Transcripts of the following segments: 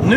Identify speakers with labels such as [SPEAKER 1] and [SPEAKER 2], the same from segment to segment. [SPEAKER 1] Nu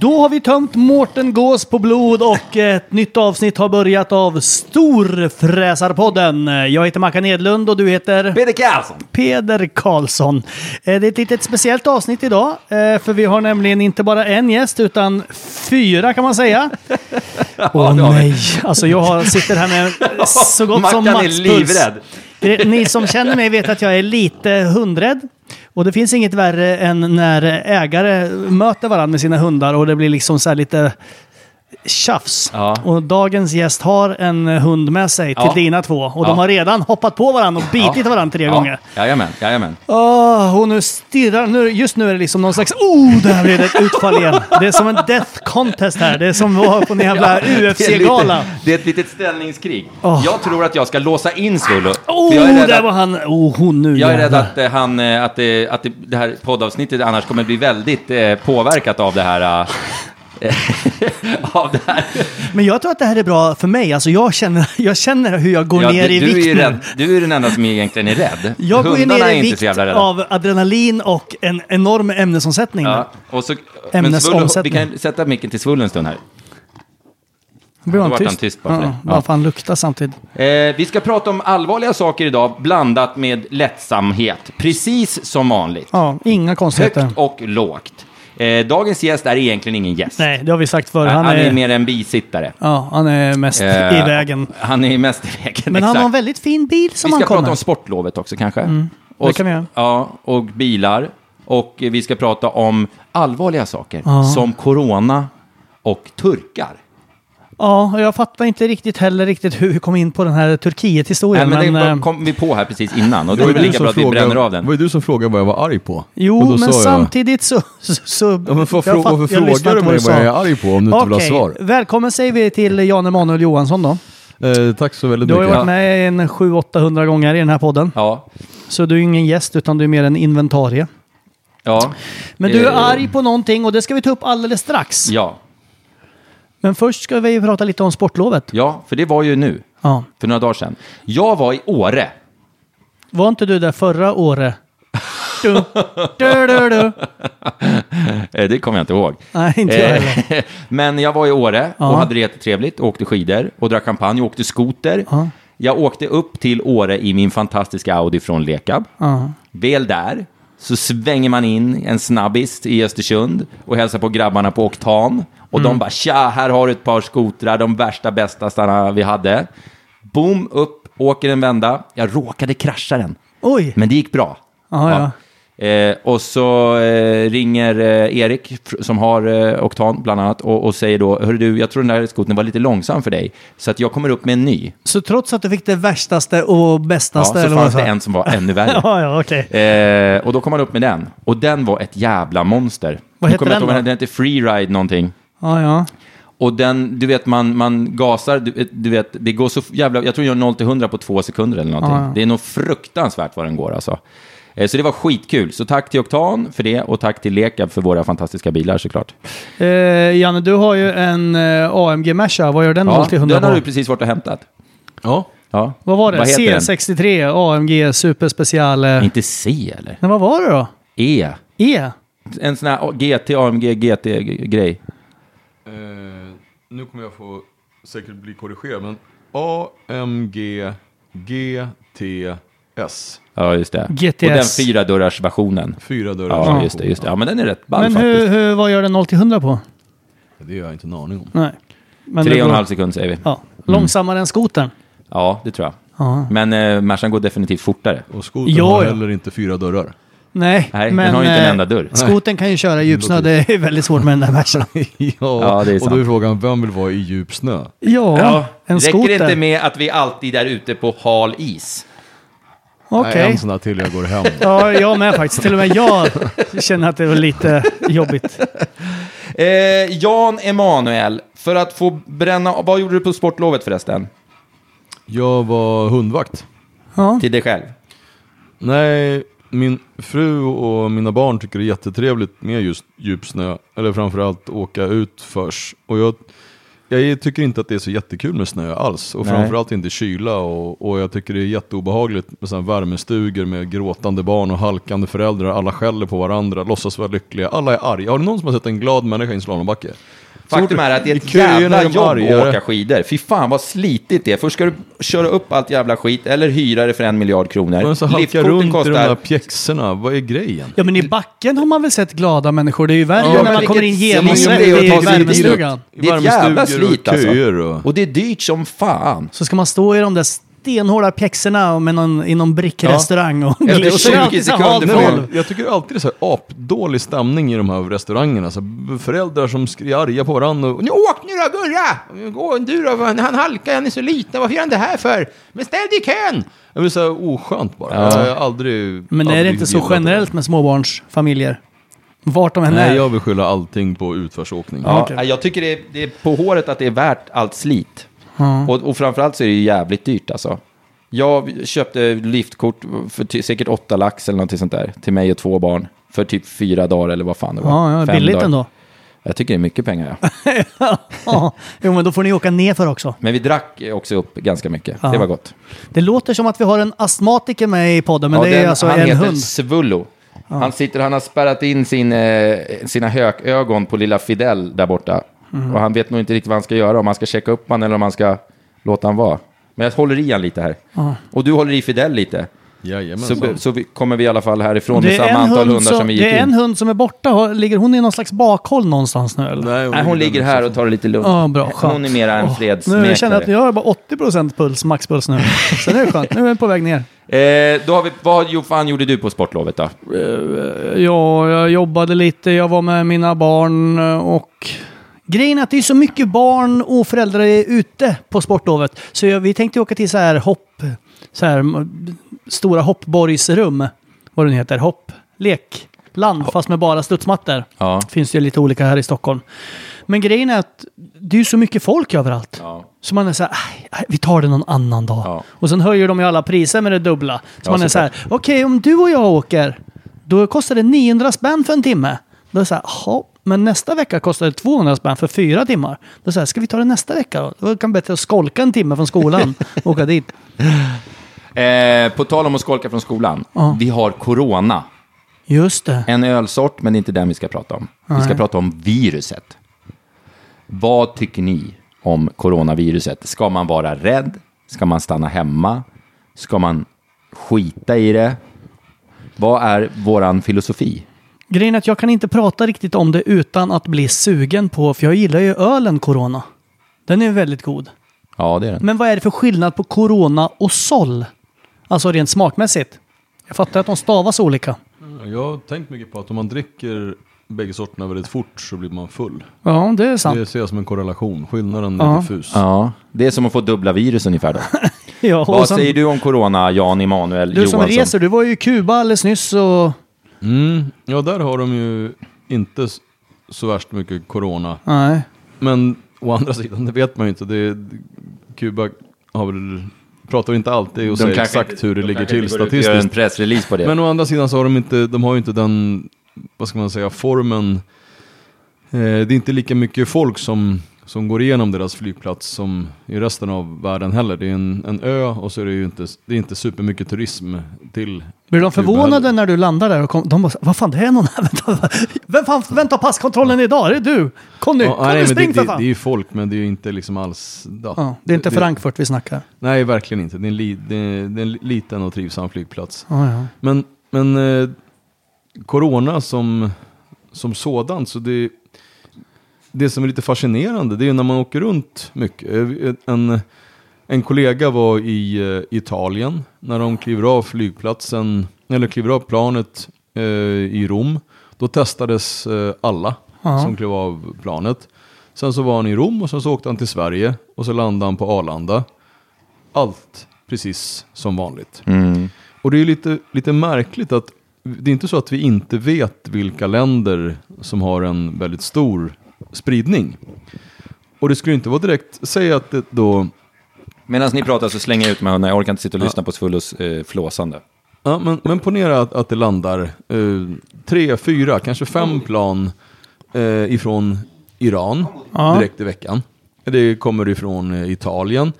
[SPEAKER 1] Då har vi tömt Mårten Gås på blod och ett nytt avsnitt har börjat av Storfräsarpodden. Jag heter Mackan Edlund och du heter?
[SPEAKER 2] Peder Karlsson!
[SPEAKER 1] Peder Karlsson. Eh, Det är ett litet speciellt avsnitt idag, eh, för vi har nämligen inte bara en gäst, utan fyra kan man säga. Åh
[SPEAKER 2] det har vi.
[SPEAKER 1] nej, alltså jag har, sitter här med så gott som
[SPEAKER 2] Mackan är
[SPEAKER 1] Mats Puls.
[SPEAKER 2] livrädd.
[SPEAKER 1] Det- Ni som känner mig vet att jag är lite hundrädd. Och det finns inget värre än när ägare möter varandra med sina hundar och det blir liksom så här lite tjafs.
[SPEAKER 2] Ja.
[SPEAKER 1] Och dagens gäst har en hund med sig till
[SPEAKER 2] Ja.
[SPEAKER 1] dina två. Och de
[SPEAKER 2] Ja.
[SPEAKER 1] har redan hoppat på varandra och bitit varandra tre gånger.
[SPEAKER 2] Jajamän, jajamän.
[SPEAKER 1] Åh, Ah, och nu stirrar... Nu, just nu är det liksom någon slags... Oh, där blev det ett utfall igen. Det är som en death contest här. Det är som att vara på en jävla
[SPEAKER 2] Det är
[SPEAKER 1] UFC-gala.
[SPEAKER 2] lite- Det är ett litet ställningskrig.
[SPEAKER 1] Åh.
[SPEAKER 2] Jag tror att jag ska låsa in Svullo.
[SPEAKER 1] Oh,
[SPEAKER 2] för jag är rädd
[SPEAKER 1] där
[SPEAKER 2] att-
[SPEAKER 1] var han. Oh, hon nu
[SPEAKER 2] Jag är rädd
[SPEAKER 1] jävlar.
[SPEAKER 2] att, eh, han, eh, att, det, att det, det här poddavsnittet annars kommer bli väldigt eh, påverkat av det här. eh, av det här.
[SPEAKER 1] Men jag tror att det här är bra för mig. Alltså, jag, känner, jag känner hur jag går
[SPEAKER 2] Ja,
[SPEAKER 1] ner
[SPEAKER 2] du,
[SPEAKER 1] i
[SPEAKER 2] du, är
[SPEAKER 1] vikt
[SPEAKER 2] ju
[SPEAKER 1] nu.
[SPEAKER 2] rädd, du är den enda som egentligen är rädd.
[SPEAKER 1] Jag går ju
[SPEAKER 2] Hundarna
[SPEAKER 1] ner
[SPEAKER 2] är
[SPEAKER 1] i
[SPEAKER 2] inte så
[SPEAKER 1] vikt
[SPEAKER 2] jävla rädda.
[SPEAKER 1] av adrenalin och en enorm ämnesomsättning.
[SPEAKER 2] Ja, och så, men
[SPEAKER 1] Ämnesomsättning.
[SPEAKER 2] Svullo, vi kan sätta micken till Svullo en stund här.
[SPEAKER 1] Då blir
[SPEAKER 2] då
[SPEAKER 1] man
[SPEAKER 2] vart han
[SPEAKER 1] tyst.
[SPEAKER 2] tyst bara för
[SPEAKER 1] Ja,
[SPEAKER 2] det. Ja.
[SPEAKER 1] Varför han luktar samtidigt.
[SPEAKER 2] Eh, vi ska prata om allvarliga saker idag, blandat med lättsamhet. Precis som vanligt.
[SPEAKER 1] Ja, inga
[SPEAKER 2] Högt
[SPEAKER 1] konstigheter.
[SPEAKER 2] och lågt. Eh, dagens gäst är egentligen ingen gäst.
[SPEAKER 1] Nej, det har vi sagt förr.
[SPEAKER 2] han,
[SPEAKER 1] Han
[SPEAKER 2] är
[SPEAKER 1] är,
[SPEAKER 2] mer en bisittare.
[SPEAKER 1] ja, han är mest i
[SPEAKER 2] Eh,
[SPEAKER 1] vägen.
[SPEAKER 2] Han är mest i vägen,
[SPEAKER 1] Men
[SPEAKER 2] exakt.
[SPEAKER 1] han har en väldigt fin bil som
[SPEAKER 2] Vi ska
[SPEAKER 1] han kommer.
[SPEAKER 2] prata om sportlovet också kanske.
[SPEAKER 1] det kan vi göra.
[SPEAKER 2] Ja, och bilar. Och eh, vi ska prata om allvarliga saker som corona och turkar.
[SPEAKER 1] Ja, och jag fattar inte riktigt heller riktigt hur vi kom in på den här
[SPEAKER 2] Nej,
[SPEAKER 1] Turkiet-historien.
[SPEAKER 2] men
[SPEAKER 1] men,
[SPEAKER 2] det
[SPEAKER 1] eh,
[SPEAKER 2] kom vi på här precis innan och då
[SPEAKER 3] var
[SPEAKER 2] är
[SPEAKER 3] ju
[SPEAKER 2] det
[SPEAKER 3] du
[SPEAKER 2] lika
[SPEAKER 3] som
[SPEAKER 2] bra att vi
[SPEAKER 3] frågade-
[SPEAKER 2] bränner av den.
[SPEAKER 3] var ju du som frågade vad jag var arg på. Och
[SPEAKER 1] Jo,
[SPEAKER 3] då
[SPEAKER 1] men
[SPEAKER 3] sa jag-
[SPEAKER 1] samtidigt så... så, så
[SPEAKER 3] Ja, men för,
[SPEAKER 1] jag
[SPEAKER 3] frå-
[SPEAKER 1] fatt-
[SPEAKER 3] varför
[SPEAKER 1] jag lyssnar
[SPEAKER 3] frågar du
[SPEAKER 1] inte
[SPEAKER 3] mig
[SPEAKER 1] sa.
[SPEAKER 3] vad jag är arg på om du inte vill ha
[SPEAKER 1] Okej,
[SPEAKER 3] svar?
[SPEAKER 1] Välkommen säger vi till Jan Emanuel Johansson då.
[SPEAKER 3] Eh, tack så väldigt
[SPEAKER 1] Du har ju
[SPEAKER 3] mycket.
[SPEAKER 1] varit med en 700-800 gånger i den här podden.
[SPEAKER 2] Ja,
[SPEAKER 1] Så du är ingen gäst utan du är mer en inventarie.
[SPEAKER 2] ja,
[SPEAKER 1] Men du är
[SPEAKER 2] Eh.
[SPEAKER 1] arg på någonting och det ska vi ta upp alldeles strax.
[SPEAKER 2] ja,
[SPEAKER 1] Men först ska vi prata lite om sportlovet.
[SPEAKER 2] ja, för det var ju nu,
[SPEAKER 1] Ja.
[SPEAKER 2] för några dagar sedan. Jag var i Åre.
[SPEAKER 1] Var inte du där förra året? Du, du, du, du.
[SPEAKER 2] Eh, Det kommer jag inte ihåg.
[SPEAKER 1] Nej, inte jag heller.
[SPEAKER 2] Eh, Men jag var i Åre och
[SPEAKER 1] Ja.
[SPEAKER 2] hade det jättetrevligt. Åkte skidor och drack champagne och åkte skoter. Jag åkte upp till Åre i min fantastiska Audi från Lekab.
[SPEAKER 1] Ja.
[SPEAKER 2] Väl där så svänger man in en snabbis i Östersund och hälsar på grabbarna på Oktan. Och
[SPEAKER 1] Mm.
[SPEAKER 2] de bara tja, här har du ett par skotrar, de värsta bästa starna vi hade. Boom, upp, åker en vända. Jag råkade krascha den,
[SPEAKER 4] Oj!
[SPEAKER 2] men det gick bra.
[SPEAKER 4] Aha, ja.
[SPEAKER 2] Eh, och så eh, ringer eh, Erik fr- som har eh, Oktan bland annat och, och säger då, hörru du, jag tror den där skotern var lite långsam för dig, så att jag kommer upp med en ny.
[SPEAKER 4] Så trots att du fick det värstaste och
[SPEAKER 2] Ja,
[SPEAKER 4] bästaste?
[SPEAKER 2] så
[SPEAKER 4] eller vad
[SPEAKER 2] fanns
[SPEAKER 4] du
[SPEAKER 2] det
[SPEAKER 4] sa?
[SPEAKER 2] en som var ännu värre.
[SPEAKER 4] Ja, ja, okej.
[SPEAKER 2] Eh, och då kom han upp med den. Och den var ett jävla monster.
[SPEAKER 4] Vad
[SPEAKER 2] Nu
[SPEAKER 4] heter
[SPEAKER 2] kommer jag
[SPEAKER 4] den
[SPEAKER 2] inte ihåg
[SPEAKER 4] då?
[SPEAKER 2] Den hette Freeride någonting.
[SPEAKER 4] Ja, ja.
[SPEAKER 2] Och den, du vet, man, man gasar, du, du vet, det går så jävla, jag tror den gör 0 till 100 på två sekunder eller någonting.
[SPEAKER 4] Ja, ja.
[SPEAKER 2] Det är nog fruktansvärt vad den går alltså. Eh, Så det var skitkul. Så tack till Oktan för det och tack till Lekab för våra fantastiska bilar såklart.
[SPEAKER 4] Eh, Janne, du har ju en eh, AMG Merca. Vad gör den 0 Mm. till 100
[SPEAKER 2] den har
[SPEAKER 4] på?
[SPEAKER 2] du precis varit och hämtat.
[SPEAKER 3] Ja.
[SPEAKER 2] Ja.
[SPEAKER 4] Vad var det?
[SPEAKER 2] Vad heter den?
[SPEAKER 4] C63 AMG Super Special. eh.
[SPEAKER 2] Inte C eller?
[SPEAKER 4] Men vad var det då?
[SPEAKER 2] E.
[SPEAKER 4] E?
[SPEAKER 2] En sån här GT, AMG, GT-grej.
[SPEAKER 3] Eh, nu kommer jag få säkert bli korrigerad, men AMG GTS.
[SPEAKER 2] Ja, just det.
[SPEAKER 4] GTS.
[SPEAKER 2] Och den fyra dörrars versionen.
[SPEAKER 3] Fyra dörrar.
[SPEAKER 2] Ja, just det, just det. Ja, men den är rätt ball
[SPEAKER 4] Men
[SPEAKER 2] faktiskt.
[SPEAKER 4] hur, hur, vad gör den 0 till 100 på?
[SPEAKER 3] Det har jag inte en aning om.
[SPEAKER 4] Nej. Men det
[SPEAKER 2] Tre och en
[SPEAKER 4] går-
[SPEAKER 2] halv sekund säger vi.
[SPEAKER 4] Ja. Långsammare än skotern.
[SPEAKER 2] Ja, det tror jag.
[SPEAKER 4] Ja.
[SPEAKER 2] Men eh, Mercan går definitivt fortare.
[SPEAKER 3] Och skotern
[SPEAKER 4] Ja,
[SPEAKER 3] har
[SPEAKER 4] ja.
[SPEAKER 3] heller inte fyra dörrar.
[SPEAKER 4] Nej,
[SPEAKER 2] Nej, den har ju inte en
[SPEAKER 4] eh,
[SPEAKER 2] enda dörr.
[SPEAKER 4] Skotern kan ju köra i djupsnö. Det är väldigt svårt med den där Mercan.
[SPEAKER 3] ja,
[SPEAKER 2] Ja, det är
[SPEAKER 3] och då är
[SPEAKER 2] sant.
[SPEAKER 3] frågan, vem vill vara i djup snö?
[SPEAKER 4] Ja, en
[SPEAKER 2] Räcker
[SPEAKER 4] skoter.
[SPEAKER 2] det inte med att vi alltid är ute på hal is?
[SPEAKER 4] Okej.
[SPEAKER 3] Nej, en sån där till jag går hem.
[SPEAKER 4] Ja, jag med faktiskt. Till och med jag känner att det var lite jobbigt.
[SPEAKER 2] Eh, Jan Emanuel, för att få bränna... Vad gjorde du på sportlovet förresten?
[SPEAKER 3] Jag var hundvakt.
[SPEAKER 4] Ja.
[SPEAKER 2] Till dig själv?
[SPEAKER 3] Nej, min fru och mina barn tycker det är jättetrevligt med just djupsnö. Eller framförallt åka ut förs. Och jag, jag tycker inte att det är så jättekul med snö alls. Och
[SPEAKER 2] Nej.
[SPEAKER 3] framförallt inte kyla. Och, och jag tycker det är jätteobehagligt med sådana värmestugor med gråtande barn och halkande föräldrar. Alla skäller på varandra, låtsas vara lyckliga. Alla är arga. Har du någon som har sett en glad människa i en slalombacke?
[SPEAKER 2] Faktum är att det är ett jävla jobb att åka skidor. Fy fan vad slitigt det är. Först ska du köra upp allt jävla skit eller hyra det för en miljard kronor.
[SPEAKER 3] Man så halkar
[SPEAKER 2] Liftkorten
[SPEAKER 3] runt i de där pjäxorna. Vad är grejen?
[SPEAKER 4] ja, men i backen har man väl sett glada människor. Det är ju värre
[SPEAKER 2] Ja,
[SPEAKER 4] när
[SPEAKER 2] men
[SPEAKER 4] man
[SPEAKER 2] vilket
[SPEAKER 4] kommer in
[SPEAKER 2] slit
[SPEAKER 4] genomsvettig
[SPEAKER 2] det är att
[SPEAKER 4] i
[SPEAKER 2] ta sig dit
[SPEAKER 4] värmestugan.
[SPEAKER 2] upp. Det är ett jävla slit alltså. Och det är dyrt som fan.
[SPEAKER 4] Så ska man stå i de där stenhårda pjäxorna och med någon, i någon brickrestaurang. Och
[SPEAKER 2] Eller
[SPEAKER 4] det är
[SPEAKER 2] 20
[SPEAKER 4] alltid så här
[SPEAKER 2] sekunder
[SPEAKER 4] halt
[SPEAKER 3] Nej,
[SPEAKER 2] från-
[SPEAKER 4] golv.
[SPEAKER 3] men jag tycker alltid det är så här apdålig stämning i de här restaurangerna. Så här, föräldrar som skri- är arga på varandra. Och, "Nu Åk nu då Gurra! Gå du då, fan, han halkar, han är så liten, varför gör han det här för? Men ställ dig i kön! Det blir så här oskönt bara. Jag har aldrig...
[SPEAKER 4] Men är det
[SPEAKER 3] aldrig
[SPEAKER 4] inte så
[SPEAKER 3] gillat
[SPEAKER 4] generellt med småbarnsfamiljer? Vart de än är.
[SPEAKER 3] Nej, jag vill skylla allting på utförsåkning.
[SPEAKER 2] Ja,
[SPEAKER 4] Okej.
[SPEAKER 2] Jag tycker det är, det är på håret att det är värt allt slit. Och, och framförallt så är det ju jävligt dyrt alltså. Jag köpte liftkort för ty, säkert åtta lax eller någonting sånt där till mig och två barn. För typ fyra dagar eller vad fan det var.
[SPEAKER 4] Ja, ja
[SPEAKER 2] Fem
[SPEAKER 4] billigt
[SPEAKER 2] dagar.
[SPEAKER 4] ändå.
[SPEAKER 2] Jag tycker det är mycket pengar ja.
[SPEAKER 4] Ja, jo, men då får ni åka ner för också.
[SPEAKER 2] Men vi drack också upp ganska mycket. Det var gott.
[SPEAKER 4] Det låter som att vi har en astmatiker med i podden, men
[SPEAKER 2] Ja,
[SPEAKER 4] det är
[SPEAKER 2] den-
[SPEAKER 4] alltså
[SPEAKER 2] han
[SPEAKER 4] en
[SPEAKER 2] heter
[SPEAKER 4] hund.
[SPEAKER 2] Svullo. Han, sitter, han har spärrat in sin, eh, sina hökögon på lilla Fidel där borta.
[SPEAKER 4] Mm.
[SPEAKER 2] Och han vet nog inte riktigt vad han ska göra, om han ska checka upp han eller om han ska låta han vara. Men jag håller i han lite här. Och du håller i Fidel lite. Så,
[SPEAKER 3] Jajamensan.
[SPEAKER 2] så vi, kommer vi i alla fall härifrån med
[SPEAKER 4] Det är,
[SPEAKER 2] samma
[SPEAKER 4] en
[SPEAKER 2] antal
[SPEAKER 4] hund
[SPEAKER 2] hundar
[SPEAKER 4] som,
[SPEAKER 2] som vi gick
[SPEAKER 4] det är en
[SPEAKER 2] in.
[SPEAKER 4] hund som är borta. Har- Ligger hon i någon slags bakhåll någonstans nu? Eller?
[SPEAKER 3] Nej,
[SPEAKER 2] Nej, hon ligger här och tar det lite lugnt.
[SPEAKER 4] Ja, bra. Skönt.
[SPEAKER 2] Hon är mera en
[SPEAKER 4] Åh,
[SPEAKER 2] fredsmäklare.
[SPEAKER 4] Nu jag känner jag att jag har bara 80% puls, maxpuls nu. Sen är det skönt. Nu är jag på väg ner.
[SPEAKER 2] eh, då har vi, vad jo, fan gjorde du på sportlovet då?
[SPEAKER 4] Eh, Ja, jag jobbade lite. Jag var med mina barn eh, och... Grejen är att det är så mycket barn och föräldrar är ute på sportlovet. Så jag, vi tänkte åka till så här hopp... Så här, m- stora hoppborgsrum. Vad den heter. Hopp... Lekland, fast med bara studsmattor.
[SPEAKER 2] Ja.
[SPEAKER 4] Finns det ju lite olika här i Stockholm. Men grejen är att det är ju så mycket folk överallt. Så man är så här, "Aj, aj, vi tar det någon annan dag.
[SPEAKER 2] Ja.
[SPEAKER 4] Och sen höjer de ju alla priser med det dubbla. Så man är så här, okej om du och jag åker, då kostar det 900 spänn för en timme. Då är det så här, jaha, men nästa vecka kostar det 200 spänn för fyra timmar. Då är det så här, ska vi ta det nästa vecka då? Då kan det bättre att skolka en timme från skolan och åka dit.
[SPEAKER 2] Eh, på tal om att skolka från skolan. Vi har corona.
[SPEAKER 4] Just det.
[SPEAKER 2] En ölsort, men det är inte den vi ska prata om. Vi ska prata om viruset. Vad tycker ni om coronaviruset? Ska man vara rädd? Ska man stanna hemma? Ska man skita i det? Vad är våran filosofi?
[SPEAKER 4] Grejen är att jag kan inte prata riktigt om det utan att bli sugen på, för jag gillar ju ölen Corona. Den är ju väldigt god.
[SPEAKER 2] Ja, det är den.
[SPEAKER 4] Men vad är det för skillnad på Corona och Sol? Alltså rent smakmässigt. Jag fattar att de stavas olika.
[SPEAKER 3] Jag har tänkt mycket på att om man dricker bägge sorterna väldigt fort så blir man full.
[SPEAKER 4] Ja, det är sant.
[SPEAKER 3] Det ser jag som en korrelation. Skillnaden
[SPEAKER 4] Ja.
[SPEAKER 3] är diffus.
[SPEAKER 2] Ja, det är som att få dubbla virus ungefär då.
[SPEAKER 4] Ja, och
[SPEAKER 2] Vad
[SPEAKER 4] sen-
[SPEAKER 2] säger du om corona, Jan Emanuel
[SPEAKER 4] Du som
[SPEAKER 2] Johansson?
[SPEAKER 4] reser, du var ju i Kuba alldeles nyss och...
[SPEAKER 3] Mm. Ja, där har de ju inte s- så värst mycket corona.
[SPEAKER 4] Nej.
[SPEAKER 3] Men å andra sidan, det vet man ju inte. Det är, Kuba har väl, pratar inte alltid och
[SPEAKER 2] De
[SPEAKER 3] säger
[SPEAKER 2] kanske
[SPEAKER 3] exakt
[SPEAKER 2] inte-
[SPEAKER 3] hur det
[SPEAKER 2] de
[SPEAKER 3] ligger
[SPEAKER 2] kanske
[SPEAKER 3] till
[SPEAKER 2] inte går ut och gör en
[SPEAKER 3] statistiskt.
[SPEAKER 2] pressrelease på det.
[SPEAKER 3] Men å andra sidan så har de inte, de har ju inte den, vad ska man säga, formen. Eh, det är inte lika mycket folk som, som går igenom deras flygplats som i resten av världen heller. Det är en, en ö och så är det ju inte, det är inte supermycket turism till
[SPEAKER 4] Blir
[SPEAKER 3] Kuba
[SPEAKER 4] de förvånade
[SPEAKER 3] heller.
[SPEAKER 4] när du landar där? Och kom, de bara, så, vad fan det är någon här, vänta, vem fan väntar passkontrollen idag? Det är du! Conny,
[SPEAKER 3] Ja,
[SPEAKER 4] Conny
[SPEAKER 3] nej, men
[SPEAKER 4] spring
[SPEAKER 3] det,
[SPEAKER 4] för
[SPEAKER 3] det,
[SPEAKER 4] fan!
[SPEAKER 3] det är ju folk men det är ju inte liksom alls... ja.
[SPEAKER 4] ja, det är inte Frankfurt vi snackar.
[SPEAKER 3] Nej, verkligen inte. Det är en, li, det är, det är en liten och trivsam flygplats.
[SPEAKER 4] Ja, ja.
[SPEAKER 3] Men, men eh, corona som, som sådant, så det, det som är lite fascinerande, det är ju när man åker runt mycket. Eh, En, en kollega var i eh, Italien när de kliver av flygplatsen, eller kliver av planet eh, i Rom. Då testades eh, alla
[SPEAKER 4] Ja.
[SPEAKER 3] som klev av planet. Sen så var han i Rom och sen så åkte han till Sverige och så landade han på Arlanda. Allt precis som vanligt.
[SPEAKER 2] Mm.
[SPEAKER 3] Och det är ju lite, lite märkligt att det är inte så att vi inte vet vilka länder som har en väldigt stor spridning. Och det skulle inte vara direkt, säg att det då,
[SPEAKER 2] Medan ni pratar så slänger jag ut mig. Nej, Jag orkar inte sitta och lyssna på Svullos eh, flåsande.
[SPEAKER 3] ja, men, men ponera att, att det landar eh, tre, fyra, kanske fem plan eh, ifrån Iran direkt i veckan. Det kommer ifrån eh, Italien.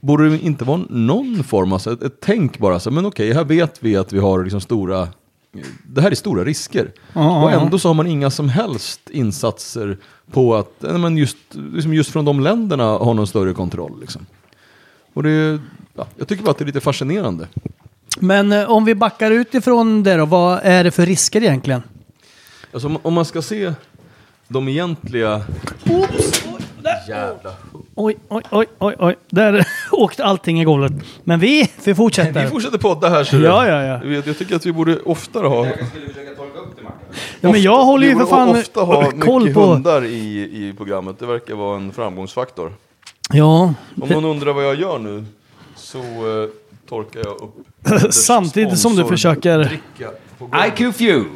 [SPEAKER 3] Borde det inte vara någon form av, så ett, ett tänk bara, så, här, men okej, här vet vi att vi har liksom stora, det här är stora risker.
[SPEAKER 4] Ja,
[SPEAKER 3] och
[SPEAKER 4] ja,
[SPEAKER 3] ändå så har man inga som helst insatser på att, nej, men just, liksom just från de länderna har någon större kontroll. Liksom. Och det, ja, jag tycker bara att det är lite fascinerande.
[SPEAKER 4] Men eh, om vi backar utifrån det då, vad är det för risker egentligen?
[SPEAKER 3] Alltså, om, om man ska se de egentliga,
[SPEAKER 4] Oj, oj, oj, oj, oj. Där åkte allting i golvet. Men vi, vi fortsätter.
[SPEAKER 3] vi fortsätter podda här så
[SPEAKER 4] Ja, ja, ja.
[SPEAKER 3] Jag, vet, jag tycker att vi borde oftare ha
[SPEAKER 4] ja, men jag håller ju
[SPEAKER 3] Vi
[SPEAKER 4] för
[SPEAKER 3] borde
[SPEAKER 4] fan
[SPEAKER 3] ofta ha
[SPEAKER 4] koll
[SPEAKER 3] mycket
[SPEAKER 4] på...
[SPEAKER 3] hundar i, i programmet. Det verkar vara en framgångsfaktor.
[SPEAKER 4] Ja,
[SPEAKER 3] Om någon undrar vad jag gör nu så eh, torkar jag upp...
[SPEAKER 4] Samtidigt som du försöker-
[SPEAKER 3] dricka på golvet.
[SPEAKER 2] IQ Feud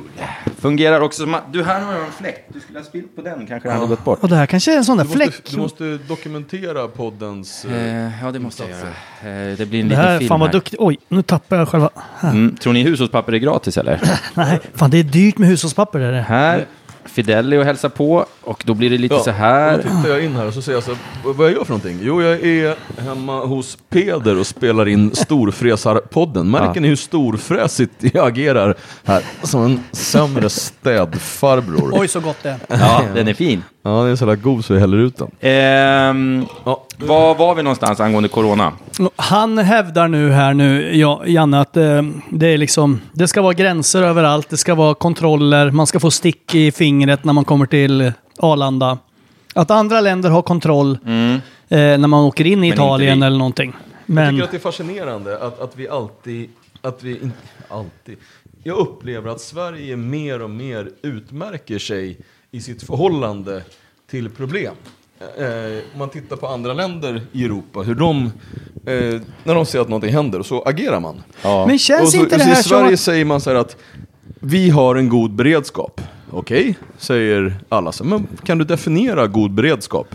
[SPEAKER 2] fungerar också som... Du, här har jag en fläkt. Du skulle ha spillt på den kanske. Ja. hade gått bort.
[SPEAKER 4] och det här kanske är en sån där
[SPEAKER 3] Du måste,
[SPEAKER 4] fläck.
[SPEAKER 3] du måste dokumentera poddens... eh,
[SPEAKER 2] Eh, ja, det måste jag göra. Eh, det blir en
[SPEAKER 4] Det
[SPEAKER 2] liten
[SPEAKER 4] här,
[SPEAKER 2] film
[SPEAKER 4] fan vad
[SPEAKER 2] här.
[SPEAKER 4] duktig. Oj, nu tappar jag själva.
[SPEAKER 2] Mm, tror ni hushållspapper är gratis eller?
[SPEAKER 4] Nej, fan det är dyrt med hushållspapper är det.
[SPEAKER 2] här, Fidelio hälsar på och då blir det lite
[SPEAKER 3] Ja,
[SPEAKER 2] så här.
[SPEAKER 3] Då tittar jag in här och så säger jag så här, "Vad- vad jag gör för någonting? Jo, jag är hemma hos Peder och spelar in Storfräsarpodden. Märker ni hur storfräsigt jag agerar här? Som en sämre städfarbror.
[SPEAKER 4] Oj, så gott det är.
[SPEAKER 2] Ja, den är fin.
[SPEAKER 3] Ja, den är så jävla god så jag häller ut den.
[SPEAKER 2] Ehm,
[SPEAKER 3] Ja.
[SPEAKER 2] var var vi någonstans angående corona?
[SPEAKER 4] Han hävdar nu här nu, ja, Janne, att eh, det är liksom, det ska vara gränser överallt, det ska vara kontroller, man ska få stick i fingret när man kommer till Arlanda. Att andra länder har kontroll
[SPEAKER 3] Mm.
[SPEAKER 4] eh, när man åker in i
[SPEAKER 2] inte
[SPEAKER 4] Italien
[SPEAKER 2] vi.
[SPEAKER 4] eller någonting.
[SPEAKER 3] Jag
[SPEAKER 4] Men
[SPEAKER 3] tycker att det är fascinerande att, att vi alltid, att vi inte, alltid, jag upplever att Sverige mer och mer utmärker sig i sitt förhållande till problem. Eh, om man tittar på andra länder i Europa, hur de, eh, när de ser att någonting händer, så agerar man.
[SPEAKER 4] Men känns
[SPEAKER 3] och så,
[SPEAKER 4] inte det
[SPEAKER 3] så
[SPEAKER 4] här
[SPEAKER 3] I
[SPEAKER 4] som
[SPEAKER 3] Sverige
[SPEAKER 4] att-
[SPEAKER 3] säger man så här att vi har en god beredskap. Okej, säger alla. Så, men kan du definiera god beredskap?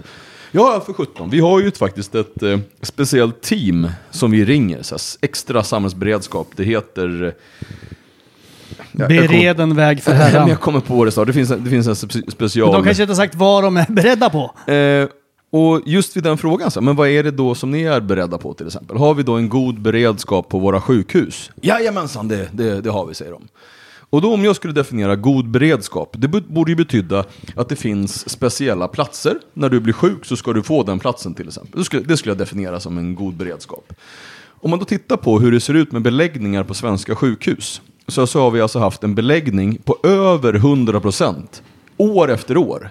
[SPEAKER 3] Ja, för 17. Vi har ju ett- faktiskt ett eh, speciellt team som vi ringer. Så här, s- extra samhällsberedskap. Det heter... eh, jag- jag kommer-
[SPEAKER 4] bered en väg för
[SPEAKER 3] Nej, men
[SPEAKER 4] herran.
[SPEAKER 3] jag kommer på det snart. Det finns en, det finns en spe- special...
[SPEAKER 4] Men de kanske inte har sagt vad de är beredda på.
[SPEAKER 3] Eh, och just vid den frågan, så, här, men vad är det då som ni är beredda på till exempel? Har vi då en god beredskap på våra sjukhus? Jajamensan, det, det, det har vi, säger de. Och då om jag skulle definiera god beredskap, det bu- borde ju betyda att det finns speciella platser. När du blir sjuk så ska du få den platsen till exempel. Det skulle, det skulle jag definiera som en god beredskap. Om man då tittar på hur det ser ut med beläggningar på svenska sjukhus så, så har vi alltså haft en beläggning på över 100 procent år efter år.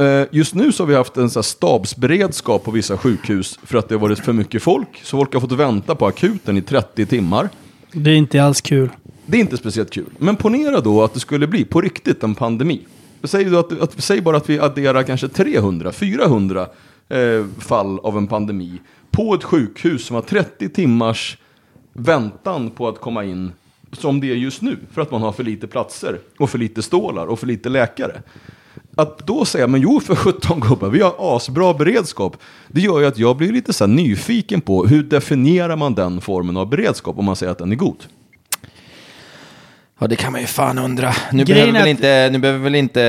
[SPEAKER 3] Eh, Just nu så har vi haft en så här stabsberedskap på vissa sjukhus för att det har varit för mycket folk. Så folk har fått vänta på akuten i 30 timmar.
[SPEAKER 4] Det är inte alls kul.
[SPEAKER 3] Det är inte speciellt kul. Men ponera då att det skulle bli på riktigt en pandemi. Säg, då att, att, säg bara att vi adderar kanske 300, 400 eh, fall av en pandemi på ett sjukhus som har 30 timmars väntan på att komma in som det är just nu för att man har för lite platser och för lite stålar och för lite läkare. Att då säga, men jo för 17 gubbar, vi har asbra beredskap. Det gör ju att jag blir lite så här nyfiken på hur definierar man den formen av beredskap om man säger att den är god?
[SPEAKER 2] Ja, det kan man ju fan undra. Nu
[SPEAKER 4] Grejen
[SPEAKER 2] behöver,
[SPEAKER 4] är
[SPEAKER 2] väl
[SPEAKER 4] att-
[SPEAKER 2] inte, nu behöver väl inte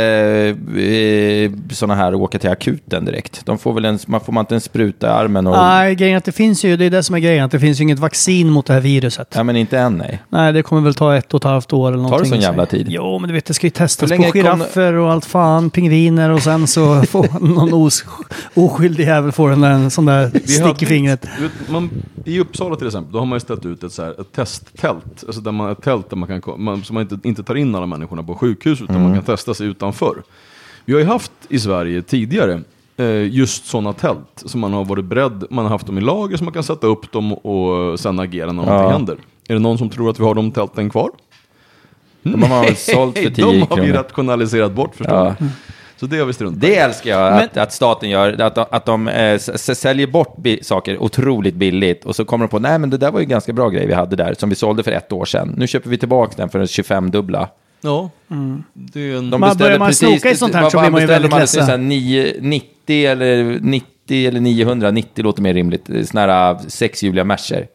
[SPEAKER 2] eh, såna här åka till akuten direkt. De får väl en, man får man inte en spruta i armen och...
[SPEAKER 4] Nej, grejen är att det finns ju, det är det som är grejen, att det finns ju inget vaccin mot det här viruset.
[SPEAKER 2] Ja, men inte än nej.
[SPEAKER 4] Nej, det kommer väl ta ett och ett halvt år eller någonting.
[SPEAKER 2] sån jävla
[SPEAKER 4] Så-
[SPEAKER 2] tid?
[SPEAKER 4] Jo, men du vet, det ska ju testas
[SPEAKER 2] Hur
[SPEAKER 4] på
[SPEAKER 2] länge kom-
[SPEAKER 4] giraffer och allt fan, pingviner och sen så får någon os- oskyldig jävel får en, en sån där stick i fingret.
[SPEAKER 3] Du vet, man, I Uppsala till exempel, då har man ju ställt ut ett, så här, ett testtält. Alltså där man, ett tält där man kan, ko- man, så man inte, inte tar in alla människorna på sjukhus utan
[SPEAKER 2] Mm.
[SPEAKER 3] man kan testa sig utanför. Vi har ju haft i Sverige tidigare eh, just sådana tält som man har varit beredd, man har haft dem i lager så man kan sätta upp dem och sen agera när någonting
[SPEAKER 2] Ja.
[SPEAKER 3] händer. Är det någon som tror att vi har de tälten kvar?
[SPEAKER 2] De har man väl sålt för 10
[SPEAKER 3] de har vi
[SPEAKER 2] kronor.
[SPEAKER 3] rationaliserat bort förstår
[SPEAKER 2] Ja.
[SPEAKER 3] du. Så det har vi struntat i.
[SPEAKER 2] Det älskar jag, att, att staten gör, att, de- att de eh, s- s- säljer bort bi- saker otroligt billigt och så kommer de på, nej men det där var ju en ganska bra grej vi hade där som vi sålde för ett år sedan. Nu köper vi tillbaka den för en 25-dubbla.
[SPEAKER 3] Ja. Det är en...
[SPEAKER 2] Mm. De
[SPEAKER 4] Man-
[SPEAKER 2] beställer
[SPEAKER 4] börjar man
[SPEAKER 2] precis-
[SPEAKER 4] snoka i sånt här
[SPEAKER 2] vad-
[SPEAKER 4] så
[SPEAKER 2] vad
[SPEAKER 4] blir man ju
[SPEAKER 2] beställer alldeles
[SPEAKER 4] väldigt ledsen.
[SPEAKER 2] nyss? Nio- 90 eller 90 eller 900, 90 låter mer rimligt. Eh, Såna här sexhjuliga Mercer.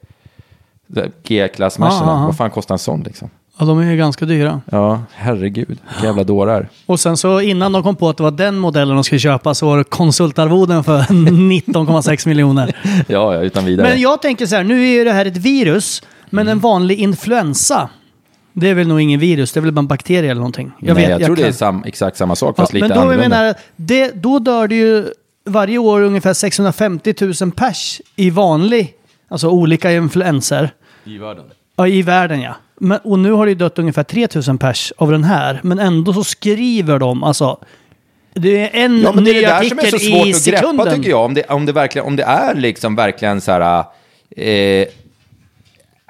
[SPEAKER 2] G-klass
[SPEAKER 4] Ah,
[SPEAKER 2] Mercerna,
[SPEAKER 4] ah.
[SPEAKER 2] vad fan kostar en sån liksom?
[SPEAKER 4] Ja, de är ju ganska dyra.
[SPEAKER 2] Ja, herregud, vilka jävla dårar.
[SPEAKER 4] Och sen så innan de kom på att det var den modellen de skulle köpa så var det konsultarvoden för 19,6 miljoner.
[SPEAKER 2] Ja, ja, utan vidare.
[SPEAKER 4] Men jag tänker så här, nu är ju det här ett virus, men en vanlig influensa, det är väl nog ingen virus, det är väl bara en bakterie eller någonting.
[SPEAKER 2] jag, Nej, jag, tror det
[SPEAKER 4] kan-
[SPEAKER 2] är sam, exakt samma sak,
[SPEAKER 4] Ja,
[SPEAKER 2] fast lite
[SPEAKER 4] men då jag
[SPEAKER 2] annorlunda.
[SPEAKER 4] menar, det, då dör det ju varje år ungefär 650 000 pers i vanlig, alltså olika influenser.
[SPEAKER 3] I världen.
[SPEAKER 4] Ja, i världen ja. Men, och nu har det ju dött ungefär 3 000 pers av den här, men ändå så skriver de alltså det är en
[SPEAKER 2] Ja, men det är
[SPEAKER 4] ny
[SPEAKER 2] det där som är
[SPEAKER 4] artikel
[SPEAKER 2] så svårt
[SPEAKER 4] i
[SPEAKER 2] att greppa
[SPEAKER 4] sekunden.
[SPEAKER 2] tycker jag. Om det, om det, verkligen, om det är liksom verkligen så här... Eh,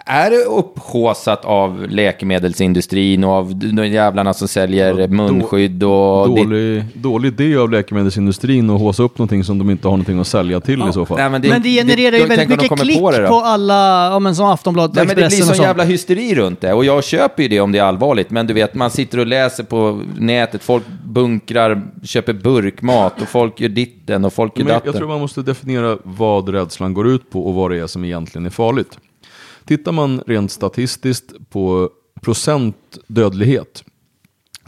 [SPEAKER 2] är det upphaussat av läkemedelsindustrin och av de jävlarna som säljer munskydd och... ditt-
[SPEAKER 3] Dålig, dålig idé av läkemedelsindustrin att håsa upp någonting som de inte har någonting att sälja till i så fall.
[SPEAKER 2] Nej,
[SPEAKER 4] men det genererar ju
[SPEAKER 2] tänk om
[SPEAKER 4] väldigt
[SPEAKER 2] de
[SPEAKER 4] mycket
[SPEAKER 2] kommer
[SPEAKER 4] klick på,
[SPEAKER 2] det då.
[SPEAKER 4] alla, ja, men som Aftonbladet och
[SPEAKER 2] Nej, men det blir
[SPEAKER 4] Expressen och
[SPEAKER 2] sån
[SPEAKER 4] sånt.
[SPEAKER 2] jävla hysteri runt det. Och jag köper ju det om det är allvarligt. Men du vet, man sitter och läser på nätet. Folk bunkrar, köper burkmat och folk gör ditten och folk gör
[SPEAKER 3] Men jag, jag
[SPEAKER 2] datten.
[SPEAKER 3] tror man måste definiera vad rädslan går ut på och vad det är som egentligen är farligt. Tittar man rent statistiskt på procent dödlighet,